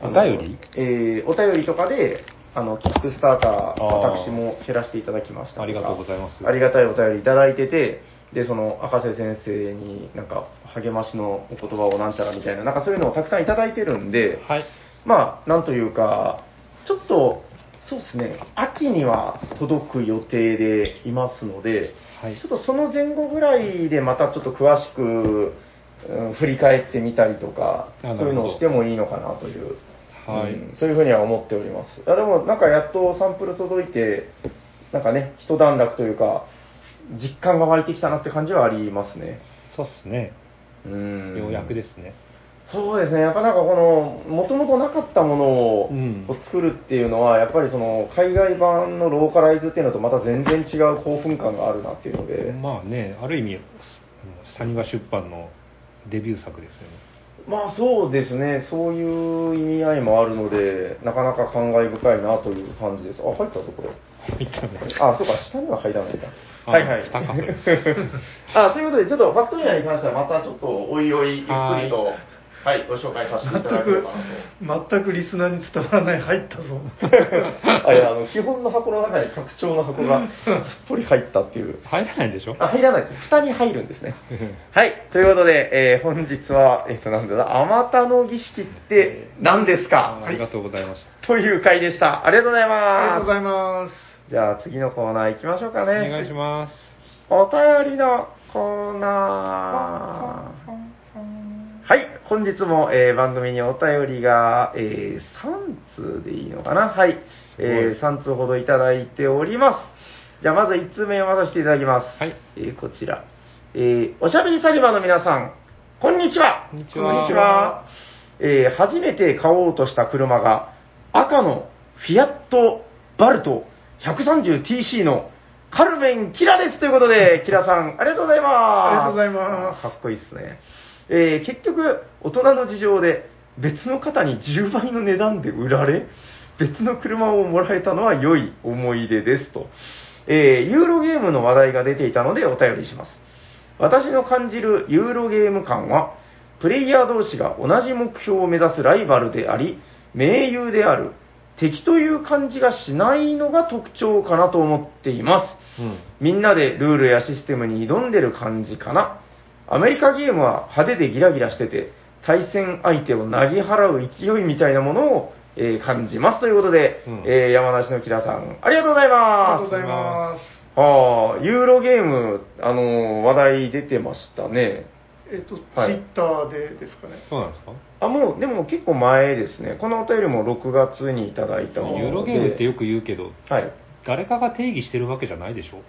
S3: あの
S2: お便り
S3: えーお便りとかで、あの、キックスターター、
S2: ー
S3: 私も減らしていただきましたとか
S2: ありがとうございます
S3: ありがたいお便りいただいてて、で、その、赤瀬先生になんか、励ましのお言葉をなんちゃらみたいな、なんかそういうのをたくさんいただいてるんで、
S2: はい。
S3: まあ、なんというか、ちょっと、そうですね、秋には届く予定でいますので、
S2: はい
S3: ちょっとその前後ぐらいでまたちょっと詳しく、うん振り返ってみたりとか、そ
S2: あなるほ
S3: う
S2: ど
S3: いうのをしてもいいのかなという、
S2: はい
S3: うんそういうふうには思っております。いやでも、なんかやっとサンプル届いて、なんかね、一段落というか、実感が湧いてきたなって感じはありますね。
S2: そうっすね。
S3: うん
S2: ようやくですね。
S3: そうですね、やっぱなんかこの、もともとなかったものを
S2: うん
S3: こう作るっていうのは、やっぱりその海外版のローカライズっていうのとまた全然違う興奮感があるなっていうので、
S2: まあね、ある意味、サニガ出版のデビュー作ですよね。
S3: まあそうですね、そういう意味合いもあるので、なかなか感慨深いなという感じです。あ、入ったぞ、これ。
S2: 入ったね
S3: あ、そうか、下には入らないか。
S2: あ
S3: はいはい。
S2: 下かそれ
S3: あ、ということで、ちょっとファクトリアに関してはまたちょっとおいおいゆっくりと、
S2: は
S3: はい、ご紹介させていただければなと。
S1: 全く、全くリスナーに伝わらない、入ったぞ。
S3: あいやあの基本の箱の中に拡張の箱がすっぽり入ったっていう。
S2: 入らないんでしょ
S3: あ入らないです。蓋に入るんですね。 はい。ということで、えー本日は、えっ、と、なんだろうな、あまたの儀式って何ですか、
S2: ありがとうございました。
S3: という回でした。ありがとうござい
S1: ありがとうご
S3: ま
S1: ざいます。
S3: す。じゃあ、次のコーナー行きましょうかね。
S2: お願いします。
S3: お便りのコーナー。はい、本日も、えー番組にお便りが、え3通でいいのかなはい、え3通ほどいただいております。じゃあ、まず1通目を渡していただきます。
S2: はい
S3: えーこちら。えーおしゃべりサニバの皆さん、こんにちは。
S2: こんにちは
S3: えー初めて買おうとした車が、赤のフィアットバルト 130TC のカルメン・キラですということで、キラさん、ありがとうございます。
S1: ありがとうございます
S3: かっこいいですね。えー結局、大人の事情で、別の方に10倍の値段で売られ、別の車をもらえたのは良い思い出ですと。えーユーロゲームの話題が出ていたのでお便りします。私の感じるユーロゲーム感は、プレイヤー同士が同じ目標を目指すライバルであり、盟友である、敵という感じがしないのが特徴かなと思っています。
S2: うん。
S3: みんなでルールやシステムに挑んでる感じかな。アメリカゲームは派手でギラギラしてて、対戦相手をなぎ払う勢いみたいなものを、えー感じますということで、
S2: うん
S3: えー山梨のキラさん、ありがとうござ
S1: あ
S3: い
S1: りが
S3: ま
S1: とう
S3: す
S1: ご。ざいます。
S3: ああ、ユーロゲーム、あのー話題出てましたね。
S1: えっ、と、ツ
S3: はい
S1: イッターでですかね。
S2: そうなんですか
S3: あ、もう、でも結構前ですね。このお便りも6月にいただいたもので。
S2: ユーロゲームってよく言うけど、
S3: はい。
S2: 誰かが定義してるわけじゃないでしょ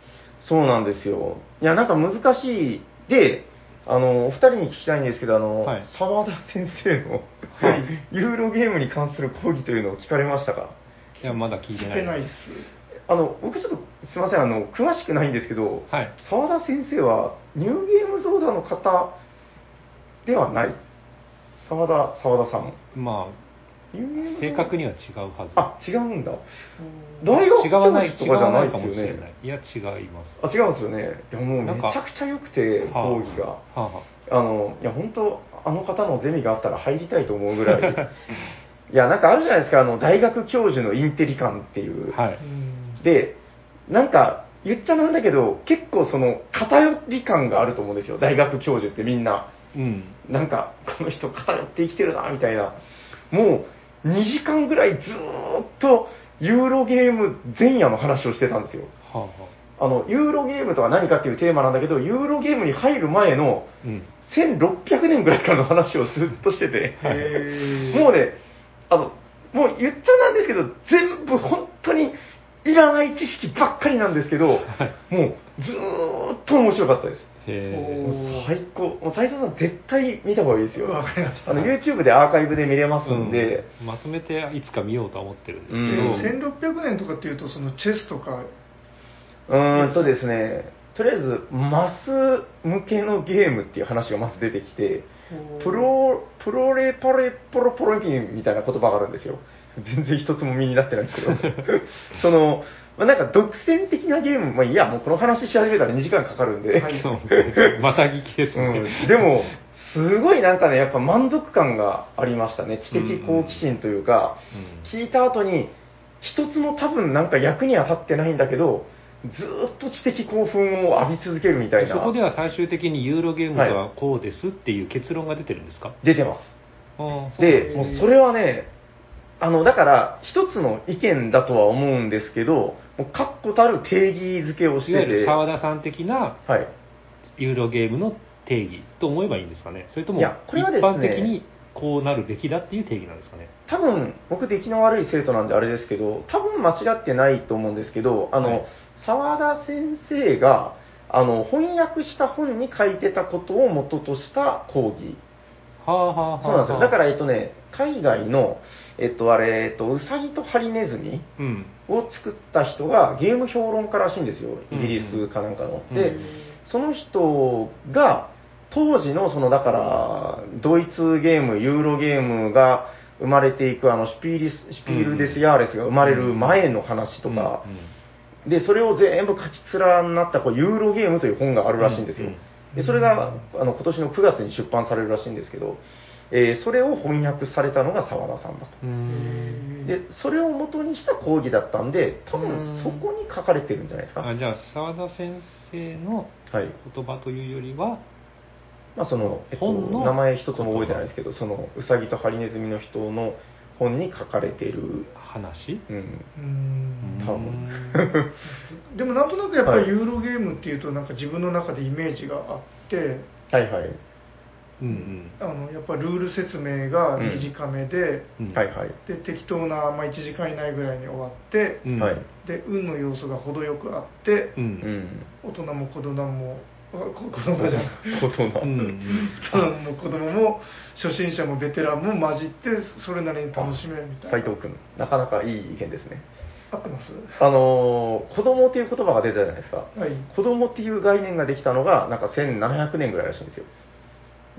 S3: そうなんですよ。いや、なんか難しい。で、あの、お二人に聞きたいんですけど、あの、
S2: はい
S3: 沢田先生の、
S1: はい
S3: ユーロゲームに関する講義というのを聞かれましたか
S2: いや、まだ聞い
S1: 来
S2: て
S1: て
S2: ない。
S1: ないっす。
S3: あの、僕ちょっと、すいません、あの、詳しくないんですけど、
S2: はい。
S3: 沢田先生は、ニューゲームゾーダの方ではない。沢田、沢田さん。
S2: まあ、正確には違うはず。
S3: あ、違うんだ。大学
S2: 違わない、
S3: 教師と
S2: 違
S3: かじゃ
S2: わ
S3: な
S2: ないいか
S3: で
S2: も
S3: す
S2: し
S3: よ
S2: れな
S3: ね
S2: い。。いや、違います。
S3: あ、違うんですよね。いや、もう
S2: な
S3: めち
S2: んか
S3: ゃくちゃ良くて、
S2: はあ
S3: 講義が。
S2: はあは
S3: あの、いや、本当あの方のゼミがあったら入りたいと思うぐらい。いや、なんかあるじゃないですか、あの、大学教授のインテリ感っていう。
S2: あはい。
S3: で、なんか、言っちゃなんだけど、結構その、偏り感があると思うんですよ。大学教授ってみんな。
S2: うん。
S3: なんか、この人偏って生きてるな、みたいな。もう、2時間ぐらいずーっと、ユーロゲーム前夜の話をしてたんですよ。
S2: はあ
S3: あ
S2: は
S3: の、ユーロゲームとは何かっていうテーマなんだけど、ユーロゲームに入る前の
S2: あ。うん。
S3: 1600年ぐらいからの話をずっとしてて、も
S1: も
S3: うね、あの、もう言っちゃなんですけど、全部本当にいらない知識ばっかりなんですけど、もうずーっと面白かったです。
S2: へえ。
S3: もう最高。もう斉藤さん絶対見た方がいいですよ。
S1: わかりました
S3: あの YouTube でアーカイブで見れますんで、
S2: うんまとめていつか見ようとは思ってるんです
S1: う
S3: うん
S2: けど、
S1: 1600年とかっていうとそのチェスとか
S3: うーんとですね、とりあえずマス向けのゲームっていう話がまず出てきて、プロ、プロレパレポロポロピンみたいな言葉があるんですよ。全然一つも身になってないんですけ ど。その、まあ、なんか独占的なゲーム、まあ、いや、もうこの話し始めたら2時間かかるんで。
S1: はい
S2: また聞きですね。
S3: うん、でも、すごいなんかね、やっぱ満足感がありましたね。知的好奇心というか、
S2: うん
S3: 聞いた後に、一つも多分なんか役に当たってないんだけど、ずーっと知的興奮を浴び続けるみたいな。
S2: そこでは最終的にユーロゲームとはこうですっていう結論が出てるんですか、
S3: 出てます。
S2: ああそう
S3: で、
S1: そう
S3: も
S1: なんで
S3: う
S1: すね
S3: それはね、あの、だから、一つの意見だとは思うんですけど、もう確固たる定義づけをし
S2: いわ
S3: て
S2: ゆる
S3: て、は。
S2: 澤田さん的ないユーロゲームの定義と思えばいいんですかねそれとも
S3: い
S2: 一
S3: やこれはですね
S2: 般的にこうなるべきだっていう定義なんですかね
S3: 多分、僕、出来の悪い生徒なんであれですけど、多分間違ってないと思うんですけど、あ
S2: はい
S3: の、澤、田先生が、あの、翻訳した本に書いてたことを元とした講義。
S2: はあはあはあ、
S3: そうなんですよ。だからら、えっとね、海外の、えっと、あれ、えっと、ウサギとハリネズミ
S2: うん、
S3: を作った人がゲーム評論家らしいんですよ、イギリスかなんかの。
S2: うん
S3: で、その人が、当時の、そのだから、ドイツゲーム、ユーロゲームが生まれていく、あのシピーリス、シピールデス・ヤーレスが生まれる前の話とか
S2: う、ん
S3: で、それを全部書き連なった、こうユーロゲームという本があるらしいんですよ
S2: うんうん。
S3: で、それが、あの、今年の9月に出版されるらしいんですけど、えーそれを翻訳されたのが澤田さんだと。
S2: うんうん
S3: でそれを元にした講義だったんで多分そこに書かれてるんじゃないですか、は
S2: あじゃあ澤田先生の
S3: い
S2: 言葉というよりは
S3: まあその、えっと、
S2: 本の
S3: 名前一つも覚えてないですけどそのウサギとハリネズミの人の本に書かれてる、
S2: 話
S3: うん、
S1: うん
S3: 多分
S2: 分
S1: でもなんとなくやっぱ
S3: はい
S1: りユーロゲームっていうとなんか自分の中でイメージがあって
S3: はいはい、
S2: うん
S1: あのやっぱルール説明が短めで,、
S2: うん
S3: はいはい、
S1: で適当な、まあ、1時間以内ぐらいに終わって、
S2: うん
S3: はい
S1: で運の要素が程よくあって、
S2: う
S3: うんん
S1: 大人も子供もあこ子供じゃない
S3: 大人、
S2: うんうん
S1: 大人も子供も初心者もベテランも混じってそれなりに楽しめるみたいな
S3: 斉藤君なかなかいい意見ですね
S1: 合ってます
S3: あのー子供っていう言葉が出たじゃないですか
S1: はい
S3: 子供っていう概念ができたのがなんか1700年ぐらいらしいんですよ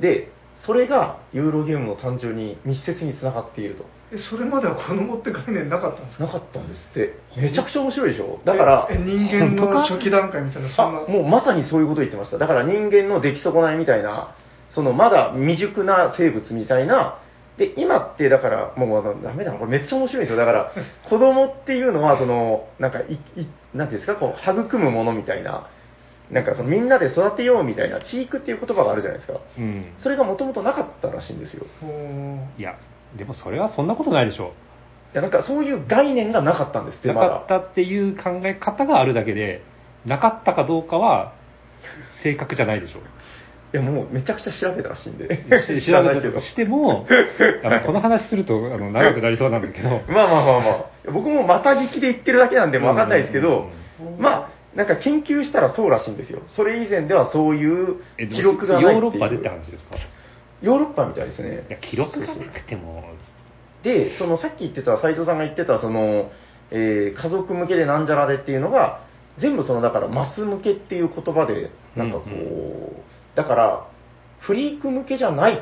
S3: でそれがユーロゲームの誕生に密接につながっていると
S1: えそれまでは子供って概念なかったんですか
S3: なかったんですってめちゃくちゃ面白いでしょだから
S1: ええ人間の初期段階みたいなそんな
S3: あもうまさにそういうこと言ってましただから人間の出来損ないみたいなそのまだ未熟な生物みたいなで今ってだからもうあのダメだなこれめっちゃ面白いんですよだから 子供っていうのはそのなんかいいなんていうんですかこう育むものみたいななんかそのみんなで育てようみたいな地域っていう言葉があるじゃないですか
S2: うん
S3: それがもともとなかったらしいんですよ
S1: ほー
S2: いやでもそれはそんなことないでしょ
S3: いやなんかそういう概念がなかったんですって
S2: な
S3: ま
S2: か
S3: だ
S2: ったっていう考え方があるだけでなかったかどうかは正確じゃないで しょ
S3: いやもうめちゃくちゃ調べたらしいんで
S2: し調べたとしてもあのこの話するとあの長くなりそうなんだけど
S3: まあまあまあまあ、僕もまた聞きで言ってるだけなんで分かんないですけど、まあ、なんか研究したらそうらしいんですよ。それ以前ではそういう
S2: えでも
S3: 記録がないっていう。
S2: ヨーロッパでって話ですかい
S3: ヨーロッパみたいですね。
S2: や記録がなくても
S3: で、そのさっき言ってた、斉藤さんが言ってた、その、えー家族向けでなんじゃらでっていうのが、全部その、だから、マス向けっていう言葉で、なんかこう、
S2: うん
S3: だから、フリーク向けじゃないっ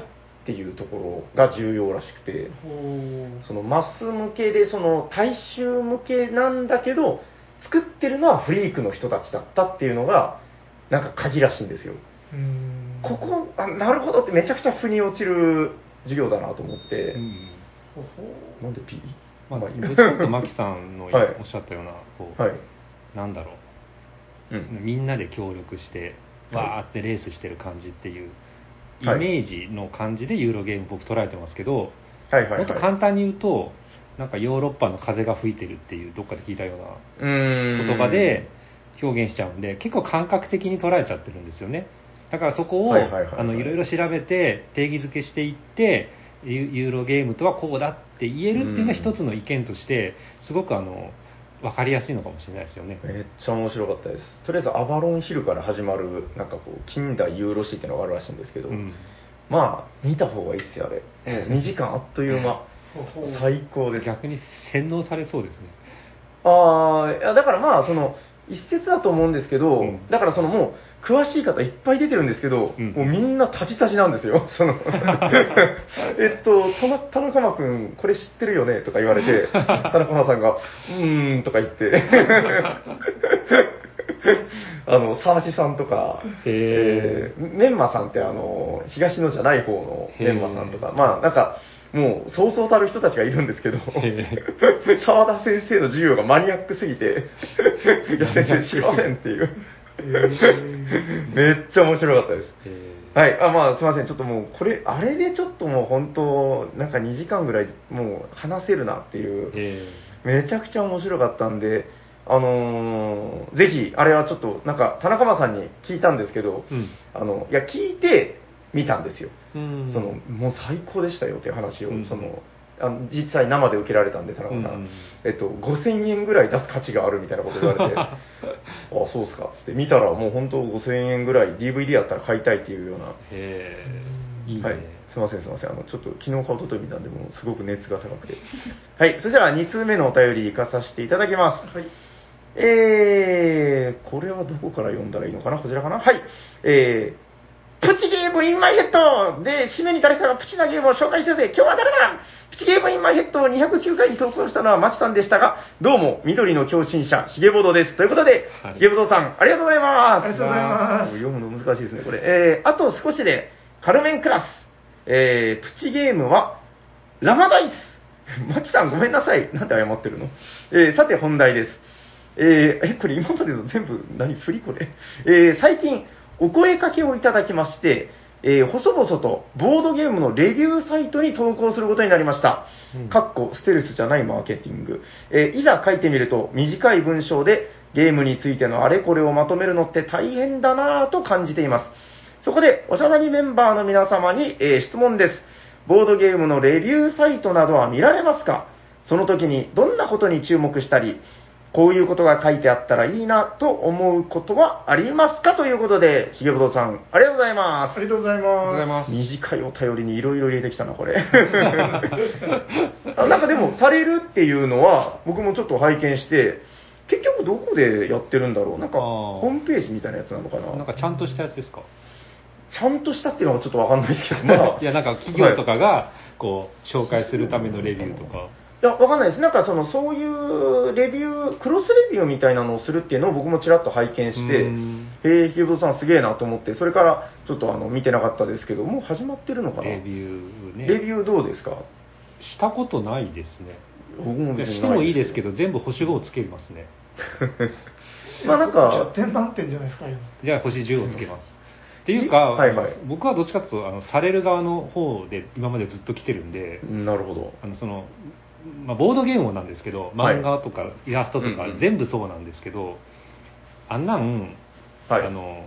S3: ていうところが重要らしくて、
S1: ほう
S3: そのマス向けで、その大衆向けなんだけど、作ってるのはフリークの人たちだったっていうのが、なんか鍵らしいんですよ。
S1: うーん
S3: ここ、あなるほどってめちゃくちゃ腑に落ちる授業だなと思って、
S2: うん
S1: ほほ
S3: なんで P?
S2: まあ、
S3: まあいい
S2: でちょっと牧さんのおっ
S3: はい
S2: しゃったような、こう、
S3: はい。
S2: なんだろう、
S3: うん。
S2: みんなで協力して、
S3: はい
S2: わーってレースしてる感じっていう、イ
S3: はい
S2: メージの感じでユーロゲーム、僕、捉えてますけど、
S3: はいはい、はい。
S2: もっと簡単に言うと、なんかヨーロッパの風が吹いてるっていう、どっかで聞いたような
S3: うーん
S2: 言葉で、表現しちゃうんで、結構感覚的に捉えちゃってるんですよね。だからそこを、
S3: はいはいはいはい
S2: あの、いろいろ調べて、定義づけしていって、ユユーロゲームとはこうだって言えるっていうのは
S3: うん
S2: 一つの意見として、すごくあの、わかりやすいのかもしれないですよね。
S3: めっちゃ面白かったです。とりあえずアバロンヒルから始まる、なんかこう、近代ユーロシーってのがあるらしいんですけど、
S2: うん。
S3: まあ、見た方がいいっすよ、あれ。2時間あっという間。
S1: ほほ
S3: 最高です。
S2: 逆に洗脳されそうですね。
S3: ああ、いやだからまあ、その、一説だと思うんですけど、
S2: うん
S3: だからそのもう、詳しい方いっぱい出てるんですけど、
S2: うん
S3: もうみんなタジタジなんですよ。 その、えっと、田中田中間くん、これ知ってるよねとか言われ て、田中間さんが、うーんとか言って、あの、サーシさんとか、
S2: へ
S3: えーメンマさんってあの、東野じゃない方のメンマさんとか、まあなんか、もう、そうそうたる人たちがいるんですけど、
S2: へ
S3: 沢田先生の授業がマニアックすぎて、いや先生知りませんっていう。
S1: えー
S3: めっちゃ面白かったです。
S2: えー
S3: はい、あ、まあすいません、ちょっともう、これ、あれでちょっともう本当、なんか2時間ぐらい、もう話せるなっていう、
S2: え
S3: めちゃくちゃ面白かったんで、あのーぜひ、あれはちょっと、なんか、田中間さんに聞いたんですけど、
S2: ーうん
S3: あの、いや、聞いて、見たんですよ。
S2: うん
S3: その、もう最高でしたよっていう話を、
S2: うん
S3: その、あの実際生で受けられたんで、田中さん。
S2: うん
S3: えっと、5000円ぐらい出す価値があるみたいなこと言われ て、あ、そうっすかっつって、見たらもう本当5000円ぐらい DVD やったら買いたいっていうような、
S2: へえいいね、
S3: はい、すいませんすいません、あの、ちょっと昨日買おうと見たんで、もうすごく熱が高くて。はい、それじゃあ2通目のお便り行かさせていただきます。
S1: はい
S3: えー、これはどこから読んだらいいのかなこちらかなはい。えー、プチゲームインマイヘッドで、締めに誰かがプチなゲームを紹介するぜ今日は誰だプチゲームインマイヘッドを209回に投稿したのはマキさんでしたが、どうも、緑の共振者、ヒゲボドです。ということで、
S2: はい
S3: ヒゲボドさん、ありがとうございます。
S1: ありがとうございます
S3: もう読むの難しいですね、これ。えー、あと少しで、カルメンクラス。えー、プチゲームは、ラマダイス。 マキさん、ごめんなさい。なんで謝ってるのえー、さて、本題です。えー、え、これ今までの全部、何、振りこれ。えー、最近、お声かけをいただきまして、えー、細々とボードゲームのレビューサイトに投稿することになりました。
S2: うん
S3: かっこステルスじゃないマーケティング。えーいざ書いてみると、短い文章でゲームについてのあれこれをまとめるのって大変だなぁと感じています。そこで、おしゃべりメンバーの皆様に、えー質問です。ボードゲームのレビューサイトなどは見られますかその時にどんなことに注目したり、こういうことが書いてあったらいいなと思うことはありますかということで、ひげぶどうさん、ありがとうございます
S1: あ。りがとうござい
S2: ありがとうござい
S1: ま
S2: ます
S3: 短いお便りにいろいろ入れてきたな、こ れ。あなんかでも、されるっていうのは、僕もちょっと拝見して、結局どこでやってるんだろうなんか、
S2: あー
S3: ホームページみたいなやつなのかな
S2: なんかちゃんとしたやつですか
S3: ちゃんとしたっていうのはちょっとわかんないですけど、まあ。
S2: いやなんか企業とかがこう紹介するためのレビューとか
S3: いや、わかんないです。なんかその、そういうレビュー、クロスレビューみたいなのをするっていうのを僕もちらっと拝見して、
S2: うん
S3: へえ、ひげぶどうさんすげえなと思って、それからちょっとあの、見てなかったですけど、もう始まってるのかな
S2: レビューね
S3: レビューどうですか
S2: したことないですね
S3: 僕も
S2: いや
S3: 別に
S2: して
S3: な
S2: もい
S3: い
S2: いですけど全部星5をつけますね
S1: す。
S3: まあなんか
S1: 100、点満点じゃないですか、今。
S2: じゃあ星10をつけますっていうか、
S3: はいはい
S2: 僕はどっちかというとあのされる側の方で今までずっと来てるんで、
S3: なるほど。
S2: あのそのまあ、ボードゲームもなんですけど
S3: はい
S2: 漫画とかイラストとか
S3: うんうん
S2: 全部そうなんですけど、あんなん、
S3: はい。
S2: あの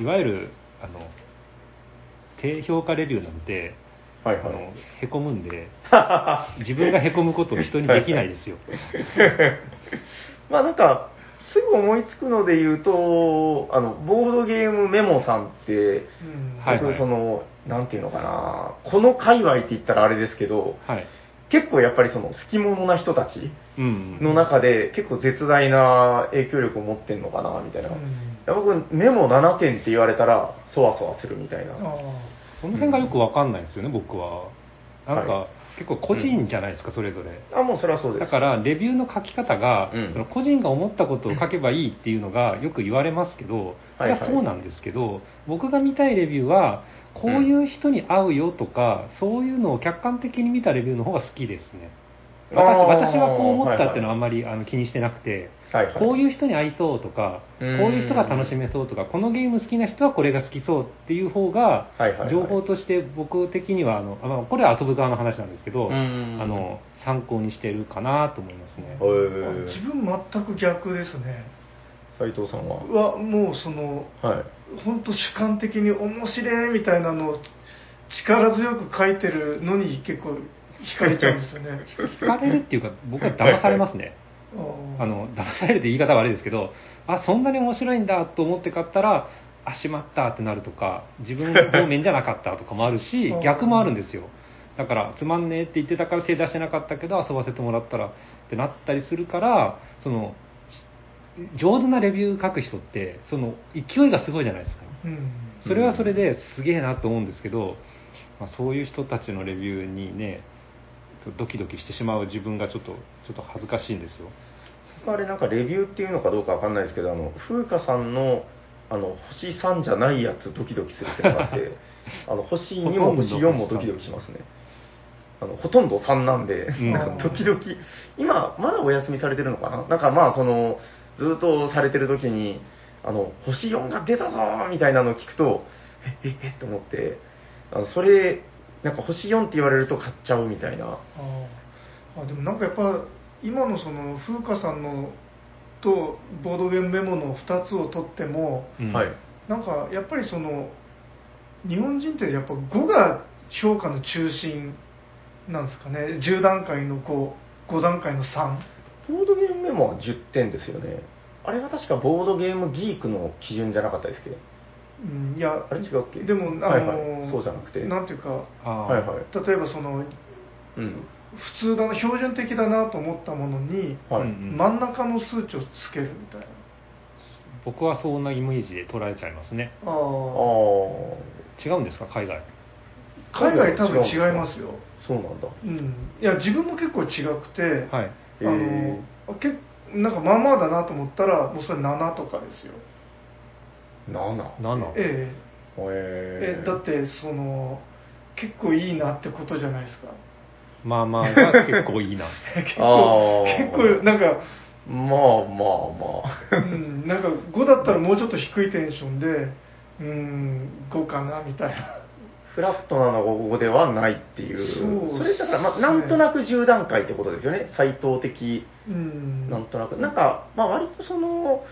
S2: いわゆるあの低評価レビューなんて、
S3: はい
S2: あ
S3: は
S2: の
S3: い。
S2: へこむんで 自分がへこむことを人にできないですよ。
S3: まあなんか、すぐ思いつくので言うと、あの、ボードゲームメモさんって、
S1: うん
S2: はい
S3: 僕その、なんていうのかな、この界隈って言ったらあれですけど、
S2: はい
S3: 結構やっぱりその、隙者な人たち
S2: うん
S3: の中で、結構絶大な影響力を持ってんのかな、みたいな。
S1: うん
S3: 僕、メモ7点って言われたら、そわそわするみたいな。
S1: あ
S2: その辺がよくわかんないんですよね、僕は。なんか、
S3: は
S2: 結構個人じゃないですか、それぞれ。
S3: あ、もうそれはそうで
S2: だ
S3: す。
S2: から、レビューの書き方が、
S3: うん
S2: その個人が思ったことを書けばいいっていうのがよく言われますけど、それはそうなんですけど、僕が見たいレビューは、こういう人に合うよとか、そういうのを客観的に見たレビューの方が好きですね。私
S3: あー
S2: 私はこう思ったっていうのはあんまり、あの気にしてなくて、
S3: はいはい
S2: こういう人に合いそうとか、こ
S3: う
S2: う
S3: ん
S2: いう人が楽しめそうとか、このゲーム好きな人はこれが好きそうっていう方が
S3: はいはいは、い
S2: 情報として僕的にはあの、あまあこれは遊ぶ側の話なんですけど、
S3: うんうんうん
S2: あの参考にしてるかなと思いますね。
S1: あ
S3: え
S1: 自分全く逆ですね
S3: 斉藤さんは
S1: はもうその
S3: はい。
S1: 本当主観的に面白いみたいなのを力強く書いてるのに結構惹かれちゃうんですよね
S2: 惹かれる っていうか、僕は騙されますね。
S1: あー
S2: あの騙されるって言い方は悪いですけど、あそんなに面白いんだと思って買ったら、あしまったってなるとか、自分方面じゃなかったとかもある し
S1: あー、
S2: 逆もあるんですよ、だからつまんねえって言ってたから手出してなかったけど、遊ばせてもらったらってなったりするから、その上手なレビュー書く人って、その勢いがすごいじゃないですか、
S1: うん
S2: それはそれですげえなと思うんですけど、まあ、そういう人たちのレビューにね、ドキドキしてしまう自分がちょっとちょっと恥ずかしいんですよ。
S3: あれなんかレビューっていうのかどうかわかんないですけど、あの、風花さんの、あの、星3じゃないやつドキドキするってのがあ って、あの、星2も星4もドキドキしますね。あの、ほとんど3なんで、
S2: うん
S3: なんか時々、今、まだお休みされてるのかななんかまあ、その、ずっとされてる時に、あの、星4が出たぞーみたいなのを聞くと、え、え、えっと思って、あのそれ、なんか星4って言われると買っちゃうみたいな。
S1: あーあでもなんかやっぱ今のその風花さんのとボードゲームメモの2つを取っても
S2: うん
S3: はい。
S1: なんかやっぱりその日本人ってやっぱ5が評価の中心なんですかね10段階の55段階の3
S3: ボードゲームメモは10点ですよね。あれは確かボードゲームギークの基準じゃなかったですっけど、
S1: うんいや
S3: あれ違うっけ
S1: でもあ
S3: はい
S1: の、
S3: はい、そうじゃなくて。
S1: なんていうか
S2: あー
S3: はいはい。
S1: 例えばその
S3: うん。
S1: 普通だな標準的だなと思ったものに、
S3: はい。
S2: うんうん
S1: 真ん中の数値をつけるみたいな
S2: 僕はそんなイメージで捉えちゃいますね
S1: あ
S3: あ
S1: あ
S3: あ、
S2: 違うんですか海外
S1: 海外多分違いますよ、
S3: そうなんだ。
S1: うん、いや自分も結構違くて、
S2: はい
S1: あのけなんかまあまあだなと思ったらもうそれ7とかですよ
S3: 7。
S2: 7
S1: ええ
S3: え
S1: えだってその結構いいなってことじゃないですか
S2: まあまあが結構いいな
S1: 結
S3: あ
S1: 構
S3: ー
S1: 結構なんか、
S3: まあま
S1: う
S3: あまあ。
S1: ん、なんか5だったらもうちょっと低いテンションでうん5かなみたいな
S3: フラットなのがここではないっていう。
S1: そう
S3: それだから、まあ、なんとなく10段階ってことですよね。最等的。
S1: うん
S3: なんとなく、なんか、まあ、割とその、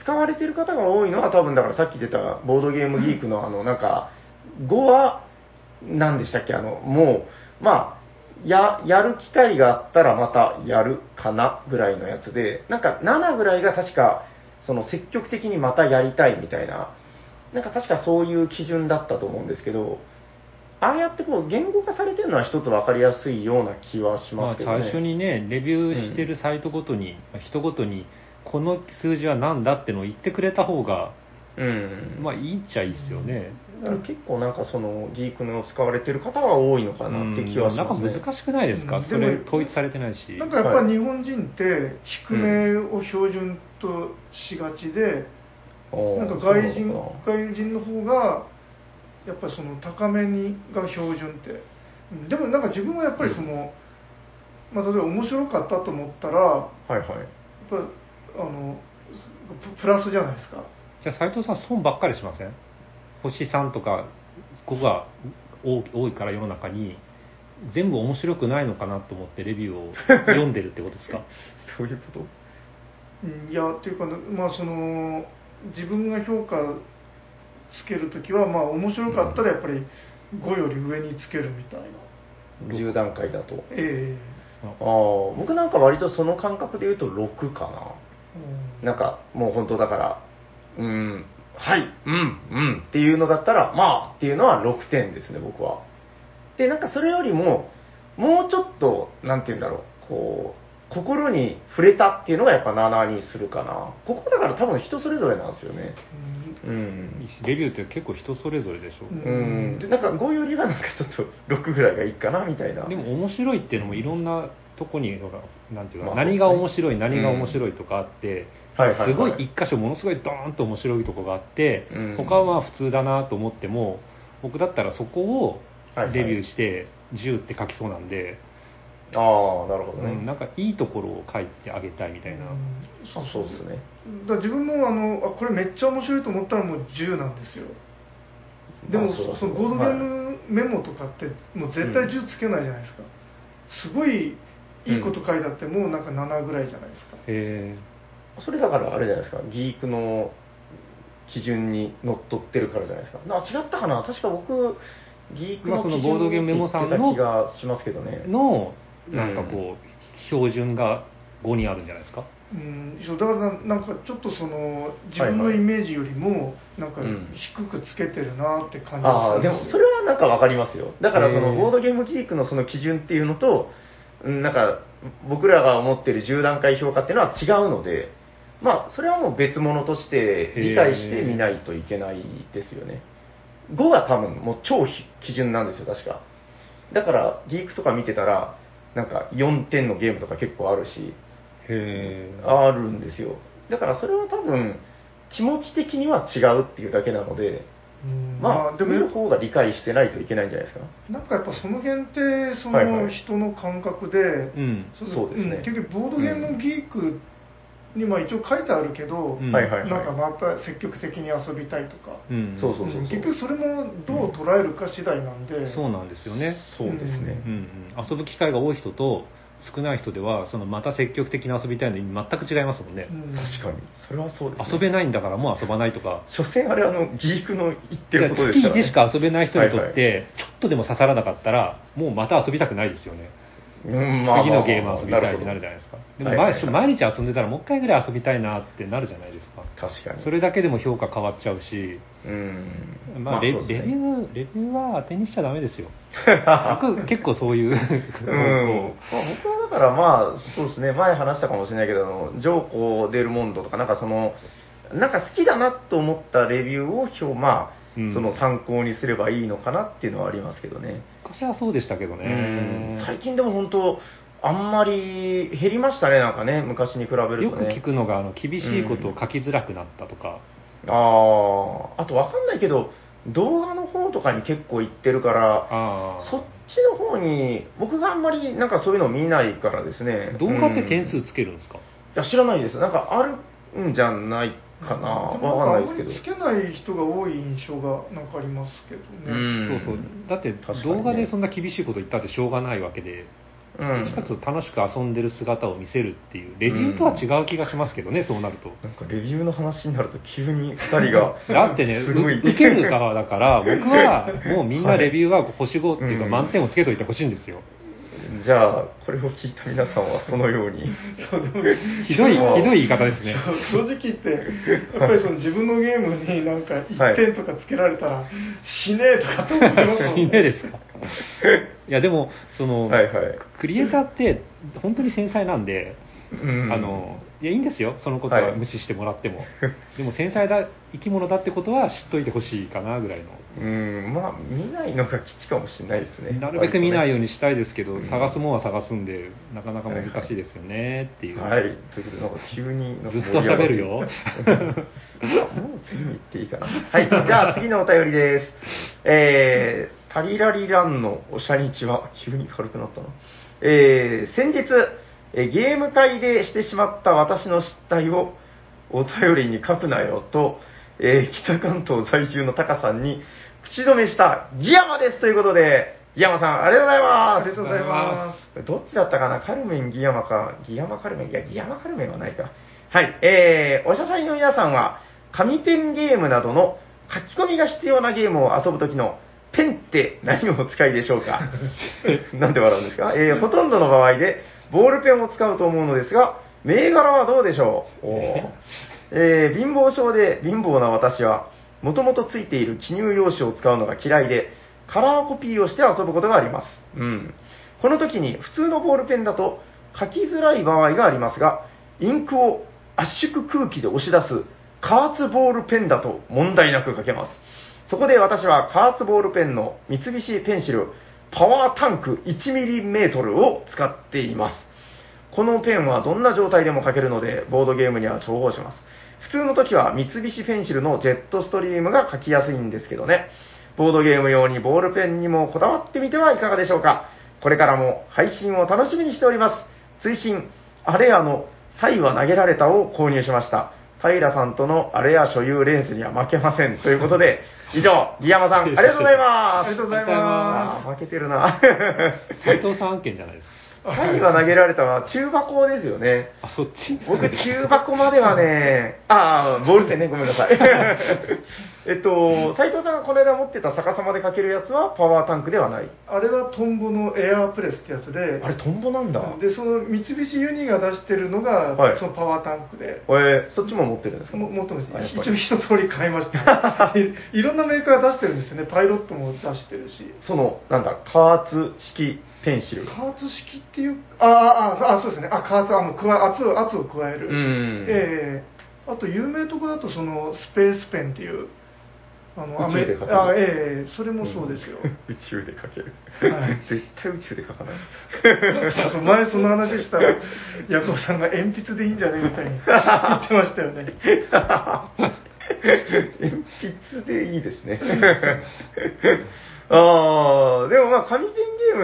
S3: 使われてる方が多いのは、多分だからさっき出たボードゲームギークの、あの、なんか、5は、何でしたっけ、あの、もう、まあ、や、やる機会があったらまたやるかなぐらいのやつで、なんか7ぐらいが確か、その積極的にまたやりたいみたいな、なんか確かそういう基準だったと思うんですけど、ああやってこう言語化されてるのは一つ分かりやすいような気は し
S2: ま
S3: ま
S2: あ
S3: すけどね。
S2: 最初にねレビューしてるサイトごとに、まあ人ごとにこの数字は何だってのを言ってくれた方が
S3: うん。
S2: まあいいっちゃいいですよね、
S3: だから結構なんかそのギークの使われてる方が多いのかなって気はし
S2: なん
S3: ま
S2: か
S3: すね。
S2: 難しくないですか、
S1: うん
S2: そ
S1: で
S2: れ
S1: も
S2: 統一されてないし
S1: なんかやっぱ日本人って低めを標準としがちで、
S3: おー
S1: なんか外人
S3: そうなのか
S1: 外人の方がやっぱりその高めにが標準ってうんでもなんか自分はやっぱりその、まあ、例えば面白かったと思ったらやっ
S3: なはいはい。
S1: ぱあのププラスじゃないですか
S2: じゃあ斉藤さん損ばっかりしません星3とか5が多多いから世の中に全部面白くないのかなと思ってレビューを 読んでるってことですか
S3: どういうこと
S1: うんいやっていうかなまあその自分が評価つけるときはまあ面白かったらやっぱり5より上につけるみたいな、
S3: ?10 段階だと。
S1: え
S3: ああ、僕なんか割とその感覚で言うと6かな。
S1: えうん
S3: なんかもう本当だから、うん、はい、うん、うんっていうのだったら、まあっていうのは6点ですね、僕は。で、なんかそれよりも、もうちょっと、なんて言うんだろう、こう、心に触れたっていうのがやっぱ7にするかな。ここだから多分人それぞれなんですよね。うん。
S2: レビューって結構人それぞれでしょ、
S1: うん
S3: うん。で、なんか5よりはなんかちょっと6ぐらいがいいかなみたいな。
S2: でも面白いっていうのもいろんなとこにほらなんていうか、
S3: まあ
S2: 何が
S3: そうですね
S2: 面白い何が面白いとかあって、
S3: はいはいはい
S2: すごい一箇所ものすごいドーンと面白いとこがあって、
S3: うん
S2: 他はまあ普通だなと思っても僕だったらそこを
S3: はいはい
S2: レビューして10って書きそうなんで、
S3: ああ、なるほどね。
S2: うんなんかいいところを書いてあげたいみたいな、
S3: そうそうですね。
S1: だから自分もあのあこれめっちゃ面白いと思ったらもう10なんですよでも
S3: あそうだ
S1: そのボードゲームメモとかってもう絶対10つけないじゃないですか、すごいいいこと書いてあってもうなんか7ぐらいじゃないですか、
S2: え
S3: それだからあれじゃないですか、ギークの基準にのっとってるからじゃないですか。な違ったかな確か僕、ギーク
S2: まあ
S3: の
S2: その
S3: 基
S2: ボードゲー
S3: 準
S2: ム
S3: に
S2: メモ
S3: 行って
S2: さん
S3: た
S2: の
S3: 気がしますけどね
S2: ー。の
S3: うん
S2: なんかこう、標準が5にあるんじゃないですか
S1: うん、そうだからななんかちょっとその自分のイメージよりもなんか
S3: うん
S1: 低くつけてるなって感じ
S3: あ
S1: がす
S3: あ、で
S1: るん
S3: も
S1: です
S3: そ
S1: よ、
S3: れはなんかわかりますよ。だからそ
S2: へ
S3: の
S2: ー
S3: ボードゲームギークのその基準っていうのと、うんなんか僕らが思ってる10段階評価っていうのは違うので、まあそれはもう別物として理解して見ないといけないですよね。5が多分もう超基準なんですよ、確か。だからギークとか見てたら、なんか4点のゲームとか結構あるし、
S2: へえ
S3: あるんですよ。だからそれは多分気持ち的には違うっていうだけなので、
S1: うん
S3: まあ、
S1: で
S3: で
S1: も
S3: も
S1: や
S3: 見
S1: っ
S3: る方が理解してないといけないんじゃないですか。
S1: ぱなんかやっぱその辺ってそ
S3: はいは
S1: の
S3: い
S1: 人の感覚で、
S2: うん
S1: の
S3: そうですね
S1: ん結局ボードゲームギークにまあ一応書いてあるけど、
S2: うん
S3: はいはいはい。
S1: なんかまた積極的に遊びたいとか、
S2: うん
S3: そうそうそうそう
S1: うん結局それもどう捉えるか次第なんで、
S2: そうなんですよね
S3: そうですね
S2: う。んうん、遊ぶ機会が多い人と少ない人ではそのまた積極的に遊びたいのに全く違いますもんね、
S1: うん
S3: 確かに。それはそうです、ね。
S2: 遊べないんだからもう遊ばないとか
S3: 所詮あれ、あの、ギークの言ってることです
S2: い
S3: から、
S2: や月
S3: ね。
S2: 1しか遊べない人にとって、
S3: は
S2: ちょっとでも刺さらなかったらもうまた遊びたくないですよね
S3: うん、まあ、
S2: 次のゲーム遊びたいってなるじゃな
S3: い
S2: いですかでも
S3: はい
S2: 毎,、
S3: はいはい
S2: 毎日遊んでたらもう一回ぐらい遊びたいなってなるじゃないですか
S3: 確かに。
S2: それだけでも評価変わっちゃうし、
S3: うん。
S2: まあレ
S3: そうで
S2: レ
S3: す
S2: ビ
S3: ね
S2: ューレビューは当てにしちゃダメです よ僕結構そういう
S3: うんまあ、僕はだからまあそうですね前話したかもしれないけどあのジョーコ・デルモンドとかなんかそのなんか好きだなと思ったレビューをひょまあ
S2: うん
S3: その参考にすればいいのかなっていうのはありますけどね、
S2: 昔はそうでしたけどね、
S3: うん最近でも本当あんまり減りましたねなんかね昔に比べるとね
S2: よく聞くのがあの厳しいことを書きづらくなったとか、
S3: あああとわかんないけど動画の方とかに結構行ってるから
S2: ああ
S3: そっちの方に僕があんまりなんかそういうの見ないからですね
S2: 動画って
S3: う
S2: 点
S3: ん
S2: 数つけるんですか、
S3: いや、知らないです。なんかあるんじゃないかな。
S1: でも
S3: わかんないです
S1: ん
S3: け
S1: かあんまりつけない人が多い印象がなんかありますけどね、
S3: ど。ん
S2: そうそうだって
S3: 確かにね
S2: 動画でそんな厳しいこと言ったってしょうがないわけで、
S3: う
S2: どっちか
S3: ん
S2: というと楽しく遊んでる姿を見せるっていうレビューとは違う気がしますけどね、そうなると。
S3: なんかレビューの話になると急に二人が
S2: だってね
S3: すごい。
S2: う受ける側だから僕はもうみんなレビューは星5っていうか
S3: うん
S2: 満点をつけといてほしいんですよ、
S3: じゃあ、これを聞いた皆さんはそのように。
S1: そうでも
S2: ひどいひ
S3: そう
S2: どい言い方ですね
S1: 正直言って、やっぱりその自分のゲームになんか1点とかつけられたら、死ねえとかと思いますもん
S2: 死ねえですかいやでもその、
S3: はいはい。
S2: クリエイターって本当に繊細なんで、
S3: うん
S2: あの、いや、いいんですよ。そのことは
S3: はい
S2: 無視してもらっ ても。でも、繊細だ、生き物だってことは知っといてほしいかな、ぐらいの。
S3: うん、まあ、見ないのが基地かもしれないですね。
S2: なるべく見ないよ
S3: う
S2: うにしたいですけど、
S3: ん
S2: 探すもんは探すんで、なかなか難しいですよね、っていう。
S3: はい。ということで、なんか急になんか盛
S2: ずっ
S3: り
S2: と
S3: 上が
S2: 喋るよ。
S3: もう次に行っていいかな。はい。じゃあ次のお便りです。えー、タリラリランのおしゃにちは、急に軽くなったな。えー、先日、えーゲーム会でしてしまった私の失態をお便りに書くなよと、えー北関東在住のタカさんに口止めしたギヤマですということで、ギヤマさん、ありがとうございます。。
S1: ありがとうございます
S3: どっちだったかなカルメン、ギヤマか。ギヤマカルメン。いや、ギヤマカルメンはないか。はい。えー、おしゃさりの皆さんは、紙ペンゲームなどの書き込みが必要なゲームを遊ぶときのペンって何をお使いでしょうかなんで笑うんですか、えー、ほとんどの場合でボールペンを使うと思うのですが、銘柄はどうでしょうおーえー貧乏症で貧乏な私は、もともとついている記入用紙を使うのが嫌いで、カラーコピーをして遊ぶことがあります。うん。この時に普通のボールペンだと、書きづらい場合がありますが、インクを圧縮空気で押し出す加圧ボールペンだと問題なく書けます。そこで私は加圧ボールペンの三菱ペンシルパワータンク 1mm を使っています。このペンはどんな状態でも書けるので、ボードゲームには重宝します。普通の時は三菱ペンシルのジェットストリームが書きやすいんですけどね。ボードゲーム用にボールペンにもこだわってみてはいかがでしょうか。これからも配信を楽しみにしております。追伸、あれやの、サイは投げられたを購入しました。平さんとのあれや所有レースには負けません。というこ とで、以上、ギヤマさん、ありがとうございます。
S1: ありがとうございま
S3: あー負けてるな。
S2: 斎藤さん案件じゃないです
S3: タイが投げられたは中箱ですよね。
S2: か。あ、そっち
S3: 僕、中箱まではね、ああ、ボールペンね、ごめんなさい。 えっと、斎藤さんがこの間持ってた逆さまでかけるやつはパワータンクではない。
S1: すあれはトンボのエアープレスってやつで
S3: あれ、トンボなんだ。
S1: でその三菱ユニが出してるのが、
S3: はい
S1: そのパワータンクで
S3: えーそっちも持ってるんですか
S1: も持ってます
S3: あやっぱり
S1: 一応一通り買いました いいろんなメーカー出してるんですよねパイロットも出してるし
S3: その、なんだ、加圧式ペンシル。
S1: 加圧式っていうああああそうですねあ加圧あの加圧圧を加える、
S3: うん
S1: ええあと有名とこだとそのスペースペンっていうあの
S3: 宇宙で書く
S1: あええそれもそうですよ、
S3: 宇宙でかける
S1: はい。
S3: 絶対宇宙でか かない。
S1: そう前その話したらヤコブさんが鉛筆でいいんじゃねみたいに言ってましたよね
S3: 鉛筆でいいですね。ああ、でもまあ、紙ペンゲ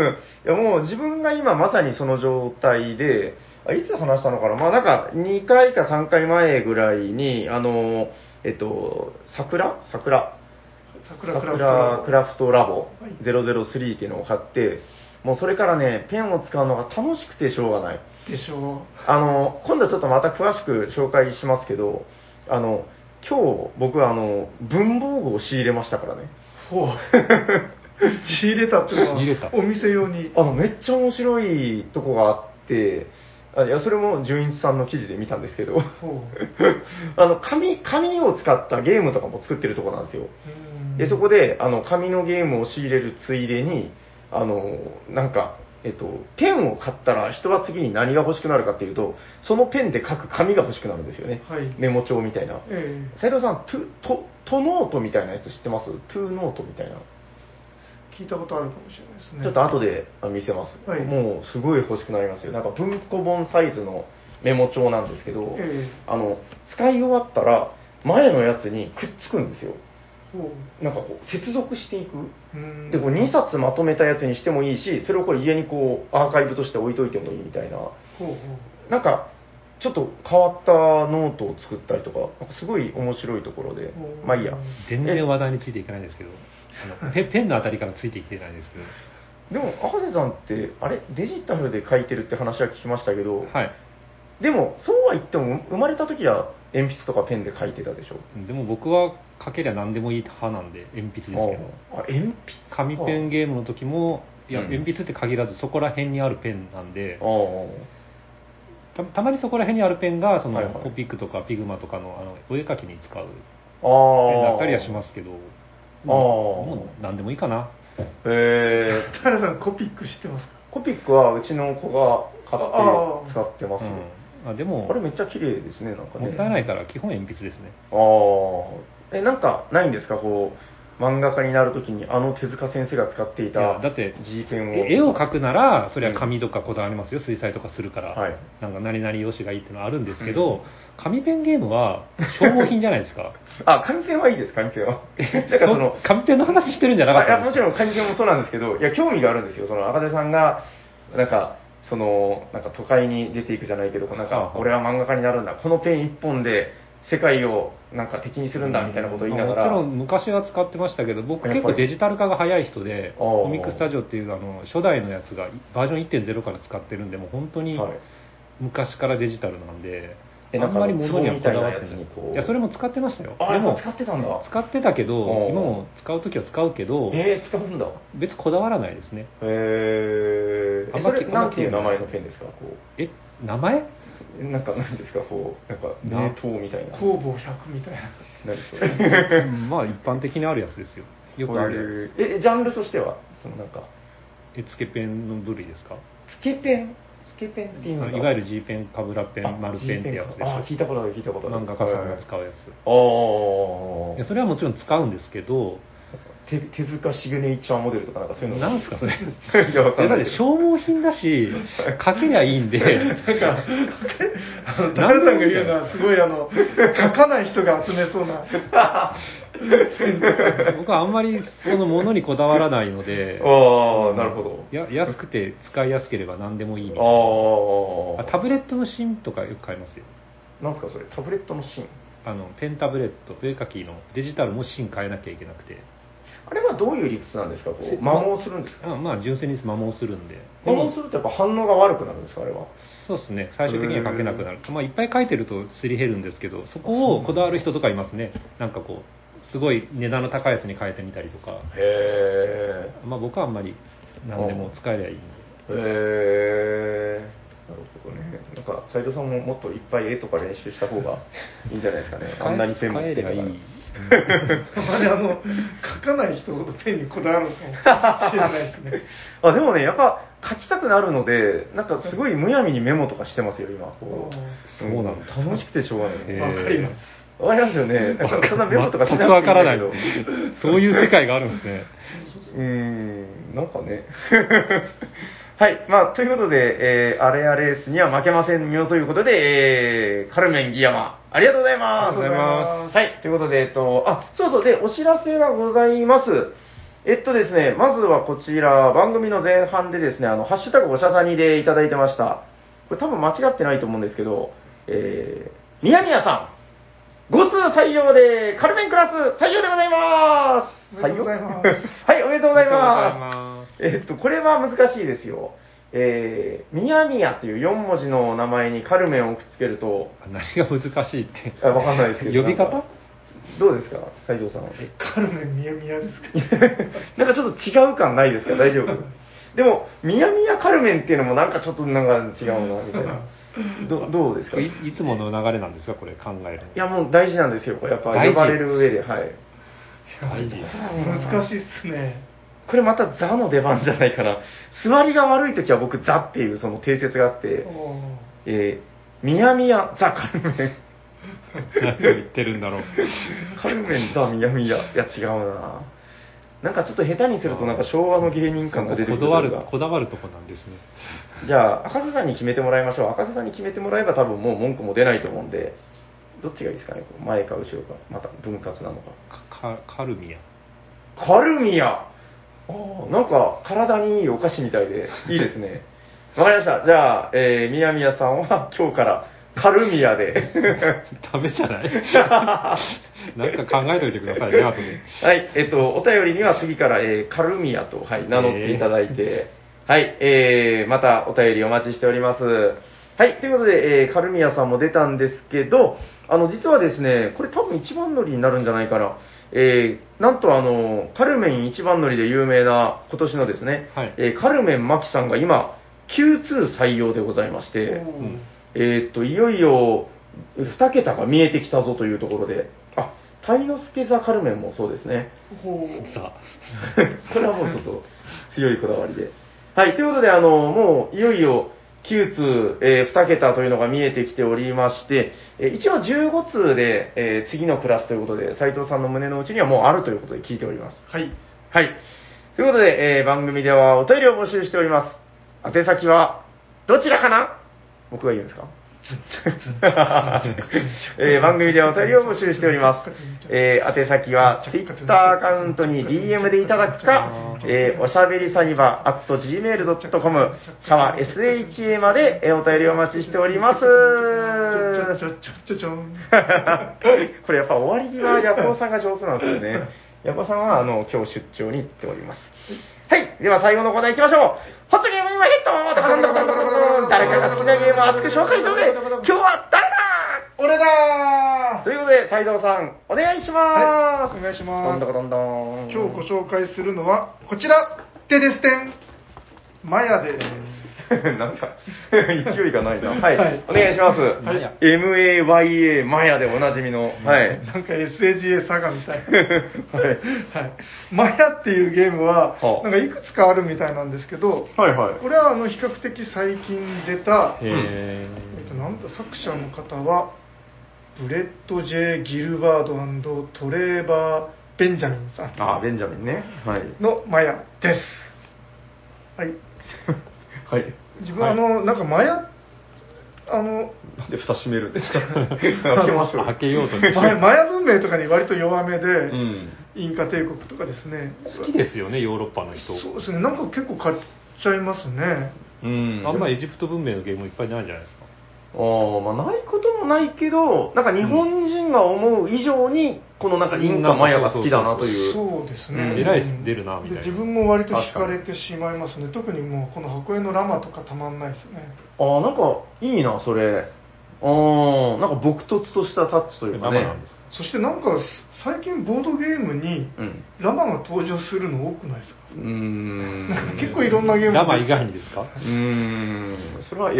S3: ーム、いやもう自分が今まさにその状態で、あいつ話したのかなまあなんか、2回か3回前ぐらいに、あの、えっと、桜桜
S1: 桜クラフト
S3: 桜クラフトラボ
S1: はい
S3: 003っていうのを買って、もうそれからね、ペンを使うのが楽しくてしょうがない。
S1: でしょ
S3: あの、今度ちょっとまた詳しく紹介しますけど、あの、今日僕はあの、文房具を仕入れましたからね。
S1: う ほう仕入れたっていうの
S2: 仕入れた
S1: はお店用に
S3: あの、めっちゃ面白いとこがあって、あいや、それも純一さんの記事で見たんですけど、
S1: ほう
S3: あの、紙、紙を使ったゲームとかも作ってるとこなんですよ。
S1: うん
S3: で、そこで、あの、紙のゲームを仕入れるついでに、あの、なんか、えっと、ペンを買ったら人は次に何が欲しくなるかっていうと、そのペンで書く紙が欲しくなるんですよね。
S1: はい
S3: メモ帳みたいな。
S1: ええ
S3: 斉藤さん、トゥトトノートみたいなやつ知ってますトゥーノートみたいな。
S1: 聞いたことあるかもしれないですね
S3: ちょっと後であ見せます、
S1: はい
S3: もうすごい欲しくなりますよ。なんか文庫本サイズのメモ帳なんですけど、
S1: え
S3: あの、使い終わったら、前のやつにくっつくんですよ。
S1: えほ
S3: なんかこう、接続していく。
S1: ううん
S3: で、こう2冊まとめたやつにしてもいいし、それをこれ家にこう、アーカイブとして置いといてもいいみたいな。
S1: ほうほう
S3: なんか、ちょっと変わったノートを作ったりとか、なんかすごい面白いところで
S1: お、ー
S3: まあいいや。
S2: 全然話題についていけないんですけど、あのペペンのあたりからついていけないんですけど。
S3: でも、赤瀬さんって、あれ、デジタルで書いてるって話は聞きましたけど、
S2: はい。
S3: でも、そうは言っても、生まれた時は鉛筆とかペンで書いてたでしょ。
S2: でも僕は書けりゃ何でもいい派なんで、鉛筆ですけど。
S3: ああ、鉛筆
S2: 紙ペンゲームの時も、いや、
S3: うん
S2: 鉛筆って限らずそこら辺にあるペンなんで
S3: あ、あ。
S2: たたまにそこら辺にあるペンが、そ
S3: はい
S2: の、
S3: はい
S2: コピックとかピグマとかの、あの、お絵描きに使
S3: あ
S2: うペン
S3: あ。
S2: だったりはしますけど、
S3: あー
S2: もう何でもいいかな。
S3: へえ。
S1: 田原さんコピック知ってますか
S3: コピックはうちの子が買
S1: あ
S3: っ
S1: あ
S3: て使ってますよ。
S2: うんあでも、
S3: あれめっちゃ綺麗ですね、なんかね。
S2: もったいないから基本鉛筆ですね。
S3: ああ。え、なんかないんですかこう、漫画家になるときにあの手塚先生が使ってい
S2: い
S3: た
S2: やだって
S3: G ペンを。
S2: え絵を描
S3: く。
S2: くなら、それは紙とかこだわりますよ、水彩とかするから、
S3: はい
S2: なんか何々用紙がいいってのはあるんですけど、紙ペンゲームは消耗品じゃないです か。
S3: あ、紙ペンはいいです、紙ペン は。だからその、
S2: 紙ペンの話してるんじゃなかっ
S3: あい
S2: た
S3: や
S2: ん
S3: も
S2: です
S3: ちろん関係もそうなんですけど、いや、興味があるんですよ、その赤手さんが、なんか、そのなんか都会に出ていくじゃないけど、なん
S2: はあは
S3: か
S2: あ
S3: 俺は漫画家になるんだ、このペン一本で世界をなんか敵にするんだみたいなことを言いながら、
S2: もちろん昔は使ってましたけど
S3: やっぱ
S2: 僕
S3: り
S2: 結構デジタル化が早い人で
S3: あー
S2: コミックスタジオっていうあの初代のやつがバージョン1.0から使ってるんでもう本当に
S3: はい
S2: 昔からデジタルなんで、
S3: え
S2: あんまり
S3: なんか
S2: 物にはこだわっ
S3: 壺
S2: て
S3: みたいなやつにこう
S2: いいやそれも使ってましたよ
S3: あ
S2: で
S3: やっ
S2: も
S3: ぱ使ってたんだ、
S2: 使ってたけど
S3: おー
S2: 今も使う時は使うけど
S3: えー、使うんだ、へ
S2: 別にこだわらないですね
S3: え
S2: あん
S3: そ
S2: ま
S3: れ
S2: き
S3: なんていう名前のペンですか、こ
S2: え名前
S3: うなんか何ですか、こう、なんか
S2: な
S3: 名刀みたいな、
S1: 工房100みたいな
S3: 何それ
S2: うんまあ一般的にあるやつですよ よくある
S3: こういうえ、ジャンルとしては、そのなんか、
S2: えつけペンの部類ですか
S3: つけペン
S2: つ
S3: ケペンってい
S2: あ
S3: う
S2: の
S3: の
S2: いわゆる G ペン、カブラペン、丸ペンってやつです
S3: あ、聞いたことある、聞いたことある。
S2: 漫画家さんが使うやつ。い
S3: あ
S2: やそれはもちろん使うんですけど、
S3: あ。手手塚茂ねちゃんモデルとかなんかそういうの。
S2: なんすかそれ。い
S3: いや、わか
S2: や
S3: ん
S2: だ
S3: ない
S2: って
S3: けど。
S2: 消耗品だし、 書けりゃいいんで、
S1: あの高田さんが言うのはすごいあの書かない人が集めそうな
S2: 僕はあんまりそのものにこだわらないので、
S3: ああ、なるほど。
S2: や安くて使いやすければ何でもいいみたいな
S3: あ
S2: あ
S3: あ。
S2: タブレットの芯とかよく買いますよ。
S3: なんすかそれ、タブレットの芯。
S2: あのペンタブレット、ウェカキーのデジタルも芯変えなきゃいけなくて、
S3: あれはどういう理屈なんですかこう摩耗するんですか
S2: あまあ、純粋に摩耗するんで、で
S3: 摩
S2: も
S3: 耗するとやっぱ反応が悪くなるんですかあれは。
S2: そうですね、最終的には書けなくなる、まあ、いっぱい書いてるとすり減るんですけど、そこをこだわる人とかいますね、なんかこう、すごい値段の高いやつに変えてみたりとか、
S3: へ
S2: まあ、僕はあんまり何でも使えりゃいいんで、
S3: え。へえ。なるほどね。なんか斉藤さんももっといっぱい絵とか練習した方 がいいんじゃないですかね。あんなに
S2: 使
S3: 専門
S2: えりゃいい、
S1: あまりあの書かない人ほどペンにこだわるのかもしれないですね
S3: あでもね、やっぱ書きたくなるので、なんかすごいむやみにメモとかしてますよ、今。こう
S2: そうなんだ
S3: 楽しくてしょうがない。
S2: へえ
S1: わかります
S3: わかりますよね。なんかそんなメモとかしなくていいんだけ
S2: 全く
S3: ど。
S2: わからない、そういう世界があるんですね。
S3: うーん、なんかね。 はい。まあ、ということで、えー、あれあれースには負けませんよということで、えー、カルメン・ギヤマ、ありがとうございま
S1: ありがとう
S3: す。
S1: ございます
S3: はい。ということで、えっと、あ、そうそう、で、お知らせがございます。えっとですね、まずはこちら、番組の前半でですね、あの、ハッシュタグおしゃさにでいただいてました。これ多分間違ってないと思うんですけど、えー、みやみやさん、5通採用で、カルメンクラス採用でございます。
S1: おめでとうございます
S3: 採用はい、おめでとうございます。
S2: あ
S3: えっと、これは難しいですよ。えー、みやみやという4文字の名前にカルメンをくっつけると、
S2: 何が難しいって。
S3: あわかんないですけど。
S2: 呼び方
S3: なんかどうですか、斉藤さん。
S1: カルメン宮宮ですか
S3: なんかちょっと違う感ないですか、大 丈夫。でも、みやみやカルメンっていうのもなんかちょっとなんか違うな、みたいな。どどうですか
S2: いいつもの流れなんですか、これ、考えるの
S3: いや、もう大事なんですよ、これやっぱ
S2: 大事
S3: 呼ばれる上で、はい。
S2: 大事
S1: 難しいっすね
S3: これまた座の出番じゃないかな。座りが悪い時は僕、座っていうその定説があって、
S1: おー
S3: えー、みやみやザカルメン。
S2: 何を言ってるんだろう。
S3: カルメンザみやみや。いや、違うな。なんかちょっと下手にするとなんか昭和の芸人感が出てく
S2: こ
S3: る
S2: だ
S3: と
S2: わ
S3: い
S2: る
S3: うか
S2: こだわるとこなんですね。
S3: じゃあ、赤瀬さんに決めてもらいましょう。赤瀬さんに決めてもらえば多分もう文句も出ないと思うんで、どっちがいいですかね前か後ろか、また分割なのか。
S2: かかカルミア。
S3: カルミアあーなんか体にいいお菓子みたいで、いいですね。 わかりました。じゃあ、えー、みやみやさんは今日からカルミア で。
S2: ダメじゃない なんか考えておいてくださいね、後で。
S3: はい、えっと、お便りには次から、えーカルミアと、はい、名乗っていただいて、はい、えーまたお便りお待ちしております。はい、ということで、えーカルミアさんも出たんですけど、あの、実はですね、これ多分一番乗りになるんじゃないかな。えーなんとあの、カルメン一番乗りで有名な今年のですね、
S2: はい
S3: えーカルメンマキさんが今、9通採用でございまし
S1: お
S3: て、
S1: ー
S3: えーっと、いよいよ、2桁が見えてきたぞというところで、あ、タイノスケザカルメンもそうですね。
S1: おー
S2: さ
S3: これはもうちょっと強いこだわりで。はい、ということで、あの、もういよいよ9通、え2桁というのが見えてきておりまして、えー一応15通で、えー次のクラスということで、斉藤さんの胸の内にはもうあるということで聞いております。
S1: はい
S3: はい。ということで、えー番組ではお便りを募集しております。宛先は、どちらかな僕が言うんですかえー番組ではお便りを募集しております。えー宛先は、Twitter アカウントに DM でいただくか、えーおしゃべりサニバ、at gmail.com、シャワー SHA までえーお便りをお待ちしております。
S1: ちょちょちょちょちょちょん
S3: これやっぱ終わり際、ヤコウさんが上手なんです よね。ヤコウさんは、あの、今日出張に行っております。はい。では最後のコーナー行きましょう。ホットゲーム今ヒットダカダカダカダカダカ誰かが好きなゲームを熱く紹介するで、今日は誰だ
S1: 俺だ
S3: ということで、斉藤さん、お願いし
S1: ー
S3: ま
S1: はい
S3: す。
S1: お願いし
S3: ど
S1: ます
S3: んどこどんどん。
S1: 今日ご紹介するのはこちらテデステンマヤです
S3: なんか、勢いがな いな。はい。
S1: はい
S3: お願いします。
S1: はい
S3: MAYA、マヤでおなじみの。 はい。
S1: なんか SAGA サガみたいな。はい。マヤっていうゲームは
S3: は、あ
S1: なんかいくつかあるみたいなんですけど、
S3: はいはい。
S1: これはあの比較的最近出た、え
S2: え
S1: っと、なんだ作者の方は、ブレッド・ジェイ・ギルバードトレーバー・ベンジャミンさん
S3: あー、ベンジャミンね。はい。
S1: のマヤです。はい。
S3: はい。
S1: 自分、あの、なんかマヤ、あ の、
S3: なんで蓋閉めるんです か開けましょう。
S2: 開けようとして
S1: マヤマヤ文明とかに割と弱めで、
S3: うん。
S1: インカ帝国とかですね。
S2: 好きですよねヨーロッパの人
S1: そうですね、なんか結構買っちゃいますね。
S3: うん。
S2: あんまエジプト文明のゲームいっぱいないんじゃないですか
S3: あーまあ、ないこともないけど、なんか日本人が思う以上に、このなんかインカマヤが好きだなという。
S1: そうですね。
S3: うん
S2: えらい出るなみたいな
S1: で自分も割と惹かれてしまいますね。特にもうこの箱絵のラマとかたまんないですね。
S3: ああ、なんかいいな、それ。ああ、なんか朴突としたタッチと
S2: そ
S3: い
S2: れ
S3: うか
S2: 生
S3: ね。
S2: なんですか
S1: そしてなんか最近ボードゲームに
S3: うん。
S1: ラマが登場するの多くないですか
S3: うーん。
S1: 結構いろんなゲーム
S2: ラマ以外にですか
S3: うーん。それは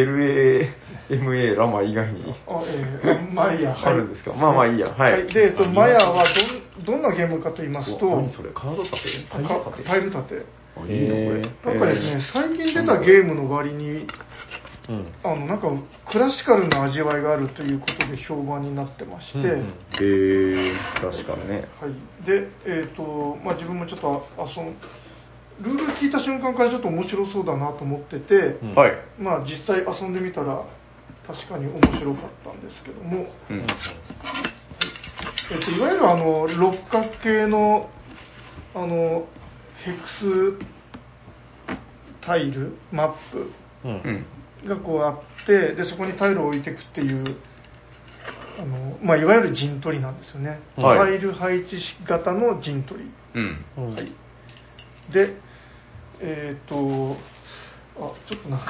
S3: LAMA ラマ以外に。
S1: あ、え ー、マヤ、はい。
S3: あるんですかまあまあいいやはい
S1: で、えっと、マヤはどんどんなゲームかと言いますと、
S3: 何それカード立て
S1: タイル立てタイル立て。
S3: あ、いいな、これ。
S1: なんかですね、最近出たゲームの割に、
S2: うん
S1: あのなんかクラシカルな味わいがあるということで評判になってまして、
S2: うんうん
S3: えー、確かにね。
S1: はい、で、えーとまあ、自分もちょっとあそのルール聞いた瞬間からちょっと面白そうだなと思ってて、
S2: うん
S3: はい。
S1: まあ、実際遊んでみたら確かに面白かったんですけども、
S3: うん。
S1: えー、といわゆるあの六角形のあのヘクスタイルマップ
S2: うん
S3: うん。
S1: がこうあってでそこにタイルを置いていくっていうあの、まあ、いわゆる陣取りなんですよね、
S3: はい
S1: タイル配置型の陣取り
S3: うん。
S2: うん
S1: はいでえっ、とあちょっとなんか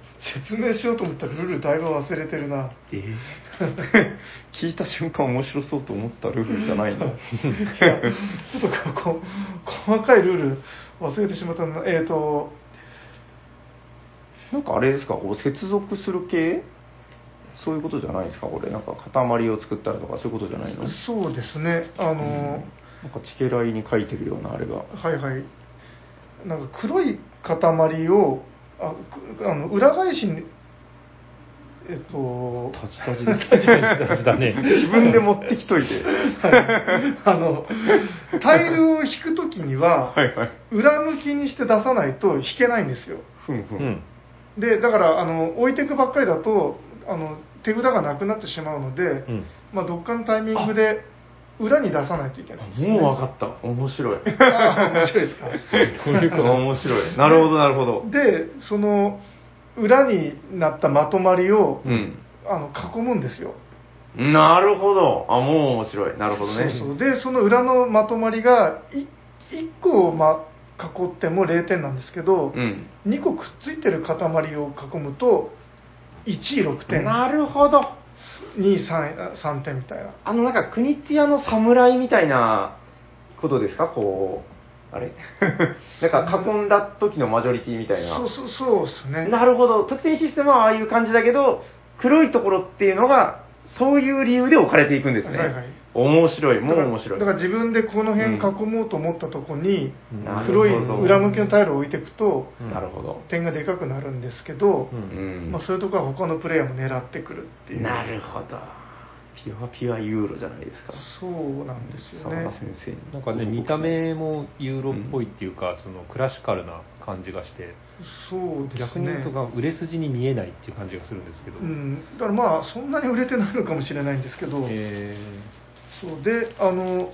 S1: 説明しようと思ったらルールだいぶ忘れてるな
S3: えー聞いた瞬間面白そうと思ったルールじゃ ない の。
S1: いやちょっとこう細かいルール忘れてしまったなえっ、と
S3: なんかあれですか、こう接続する系そういうことじゃないですか、これ。なんか塊を作ったりとか、そういうことじゃないのなん
S1: そうですねあの、
S3: かチケライに書いてるようなあれが。
S1: はいはいなんか黒い塊をあくあの裏返しにえっと
S3: タジタジですね
S2: だね
S3: 自分で持ってきといて。
S1: あのタイルを引く時には
S3: はいはい。
S1: 裏向きにして出さないと引けないんですよ
S3: ふんふ。
S2: うんん
S1: でだからあの置いていくばっかりだとあの手札がなくなってしまうので、
S2: うん
S1: まあ、どっかのタイミングで裏に出さないといけないんですよね
S3: もう分かった。面 白い。
S1: あー面白いですか
S3: こういうこと面白い。なるほど、なるほど。
S1: でその裏になったまとまりを、
S3: うん。
S1: あの囲むんですよ
S3: なるほど。あ、もう面白い。なるほどね。
S1: そうそうでその裏のまとまりが1個を、ま、囲っても0点なんですけど、
S3: うん。
S1: 2個くっついてる塊を囲むと1位6点
S3: なるほど。
S1: 2位 3, 3点みたいな
S3: あの、なんか、国津屋の侍みたいなことですかこう、あれ なんか、囲んだ時のマジョリティみたいな。
S1: そうそうそうですね
S3: なるほど。得点システムはああいう感じだけど、黒いところっていうのが、そういう理由で置かれていくんですね。
S1: はいはい
S3: 面白い。も
S1: だ
S3: う
S1: から
S3: 面白い。
S1: だから自分でこの辺
S3: うん
S1: 囲もうと思ったとこに、
S2: うん
S1: 黒い
S3: なるほど
S1: 裏向きのタイルを置いていくと、
S2: うん
S3: なるほど。
S1: 点がでかくなるんですけど、
S2: う
S3: うんん。
S1: まあ、そういうところは他のプレイヤーも狙ってくるっていう
S3: なるほど。ピュアピュアユーロじゃないですか。
S1: そうなんですよ
S3: 澤田
S1: ね
S3: 先生に
S2: なんかね見た目もユーロっぽいっていうかそのクラシカルな感じがして
S1: そうですね
S2: 逆に言うとか売れ筋に見えないっていう感じがするんですけど
S1: うん、だからまあそんなに売れてないのかもしれないんですけど、
S2: え
S1: そうであの、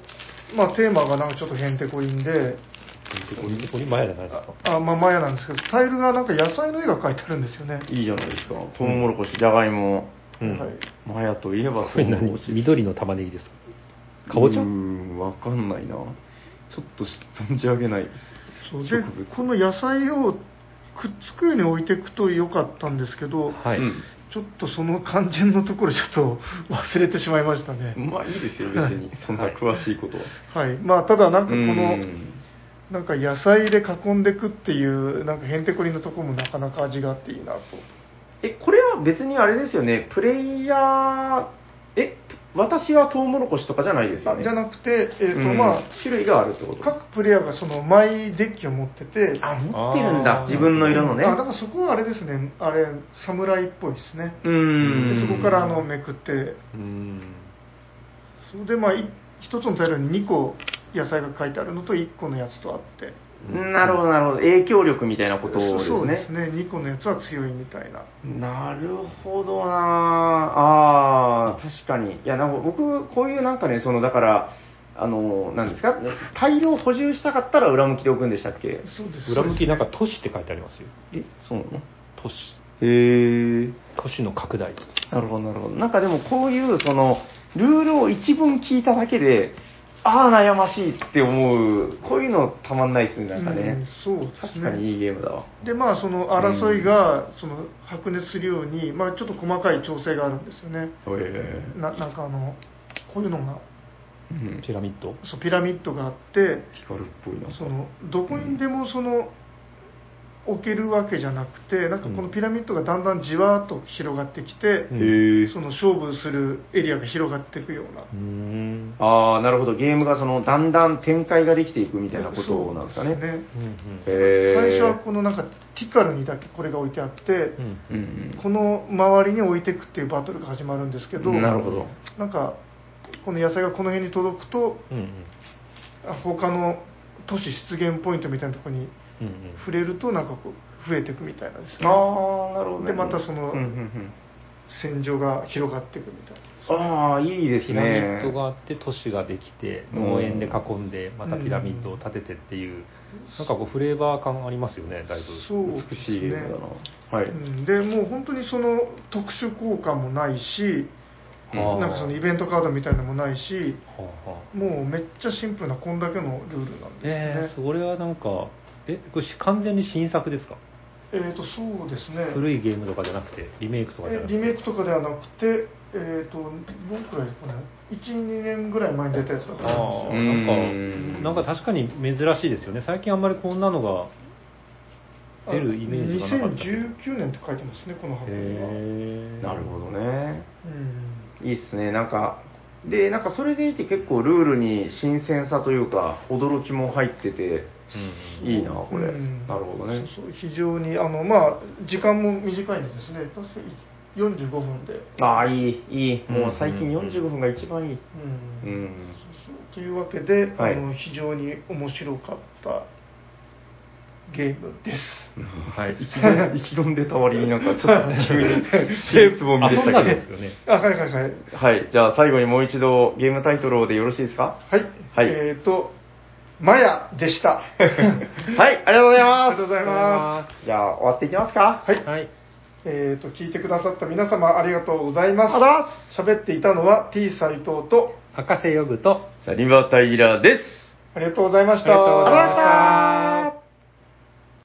S1: まあ、テーマがなんかちょっとへんてこりんで
S2: ーこれこれ前じゃないですか
S1: あ、まあ、マヤなんですけどタイルがなんか野菜の絵が描いてあるんですよね、
S3: いいじゃないですか。トウモロコシ、じゃがいも、
S2: うん
S1: はい、
S3: マヤといえば
S2: こ
S3: トウ
S2: れ
S3: モロコ
S2: 何
S3: シ。
S2: 緑の玉ねぎですかかぼちゃ
S3: うーん、わかんないな。ちょっと存じ上げないです。
S1: そうで
S3: 植物
S1: この野菜をくっつくように置いていくと良かったんですけど、
S2: はい
S3: うん
S1: ちょっとその肝心のところちょっと 忘れてしまいましたね、
S3: まあいいですよ、別に。そんな詳しいことは。
S1: はいまあ、ただなんかこの
S3: うん
S1: なんか野菜で囲んでくっていうなんかへんてこりのとこもなかなか味があっていいなと
S3: え、これは別にあれですよね、プレイヤー、え、私はトウモロコシとかじゃないですよ
S1: あ
S3: ね。
S1: じゃなくて、えーと
S3: うん
S1: まあ、
S3: 種類があるってこと。
S1: 各プレイヤーがそのマイデッキを持ってて
S3: あ、持ってるん
S2: あ
S3: だ
S2: ー、
S3: 自分の色のね。
S1: あだからそこはあれですねあれ侍っぽいですね
S3: う
S1: で
S3: ん。
S1: そこからあのめくって
S2: うん
S1: それでまあい一つの材料に2個野菜が書いてあるのと1個のやつとあって
S3: なるほど、なるほど。影響力みたいなことですね。
S1: そうですね2個のやつは強いみたいな
S3: なるほどなああー確かに。いや、なんか僕、こういうなんかね、その、だから、あの、なんですか、大量補充したかったら裏向きで置くんでしたっけ
S1: そうです
S2: 裏向きなんか都市って書いてありますよ
S3: え、そうなの
S2: 都市
S3: へえ。
S2: 都市の拡大
S3: なるほど、なるほど。なんかでもこういう、その、ルールを一文聞いただけで、ああ、悩ましいって思う、こういうのたまんないですね、なんか
S1: うん
S3: ね。
S1: そうですね
S3: 確かにいいゲームだわ。
S1: でまあその争いがその白熱するように、まあ、ちょっと細かい調整があるんですよね
S3: へえ。
S1: ななんかあのこういうのが
S3: うん、ピ
S2: ピラミッド
S1: そうピラミッドがあって
S3: カルっぽいな。
S1: そのどこにでもその、置けるわけじゃなくてなんかこのピラミッドがだんだんじわーっと広がってきて、
S2: う
S3: へ
S2: ん
S3: え。
S1: その勝負するエリアが広がっていくような
S2: うーん
S3: ああ、なるほど。ゲームがその、だんだん展開ができていくみたいなことなんですかね。
S1: そうですね
S2: うん
S3: へえ。
S1: 最初はこのなんかティカルにだけこれが置いてあって、
S2: うん
S3: うんうん。
S1: この周りに置いていくっていうバトルが始まるんですけど
S3: なるほど。
S1: なんかこの野菜がこの辺に届くと
S2: うんうん
S1: あ他の都市出現ポイントみたいなところに
S2: うんうん
S1: 触れるとなんかこう増えていくみたいなんですね
S3: ああ、なるほど、ね。
S1: でまたその
S3: うんうんうん
S1: 戦場が広がっていくみたいな
S3: ああ、いいですね。
S2: ピラミッドがあって都市ができて
S3: うん
S2: 農園で囲んでまたピラミッドを建ててっていうなんかこうフレーバー感ありますよねだいぶ
S1: そうですね
S3: 美しいゲームだな。はい。
S1: うんでもう本当にその特殊効果もないし
S2: うん
S1: なんかそのイベントカードみたいなのもないし
S2: はあはあ
S1: もうめっちゃシンプルなこんだけのルールなんです
S2: えー
S1: ね
S2: それはなんかえこれし完全に新作ですか
S1: えっ、とそうですね
S2: 古いゲームとかじゃなくてリメイクとかじゃな
S1: え
S2: くて
S1: リメイクとかではなくて、えー、とどのくらいかな12年ぐらい前に出たやつだと
S2: あ
S1: 思う
S2: あ
S1: んで
S2: なん
S3: うん
S2: かなんか確かに珍しいですよね最近あんまりこんなのが
S1: すよ
S2: 出るイメージがなかった
S1: 2019年って書いてますねこの箱には、
S2: へー
S3: なるほどね。
S1: うん
S3: いいっすね。なんか、で、なんかそれでいて結構ルールに新鮮さというか、驚きも入ってて、
S2: うん
S3: いいな、これ。
S1: うん
S3: なるほどね。
S1: そうそう非常にあのまあ時間も短いんでですね確か45分で、
S3: ああ、いい、いい。もう最近
S2: うんうんうん
S3: 45分が一番
S1: う
S3: いい。
S1: ん
S3: うん。
S1: そうそうというわけで、
S3: はい
S1: あの非常に面白かったゲームです
S3: はい。意気込ん意気込んでた割になんかちょっと急に、シェイプボミでし
S2: あそうな
S3: た
S2: ん
S3: け
S2: です
S3: ど
S2: よ。ね
S1: あはいはいはい
S3: はい。じゃあ最後にもう一度ゲームタイトルをでよろしいですか
S1: はい、
S3: はい
S1: えっ、とマヤでした
S3: はい、ありがとうございます。。
S1: ありがとうございます
S3: じゃあ、終わっていきますか。
S1: はい
S2: はい
S1: えー、と聞いてくださった皆様ありがとうございます
S3: ありがとう
S1: 喋っていたのは T 斎藤と
S2: 博士ヨグと
S3: じゃあ、リバータイラーです。
S1: ありがとうございました
S2: ありがとうございま
S3: あ
S2: した
S3: りがとうございました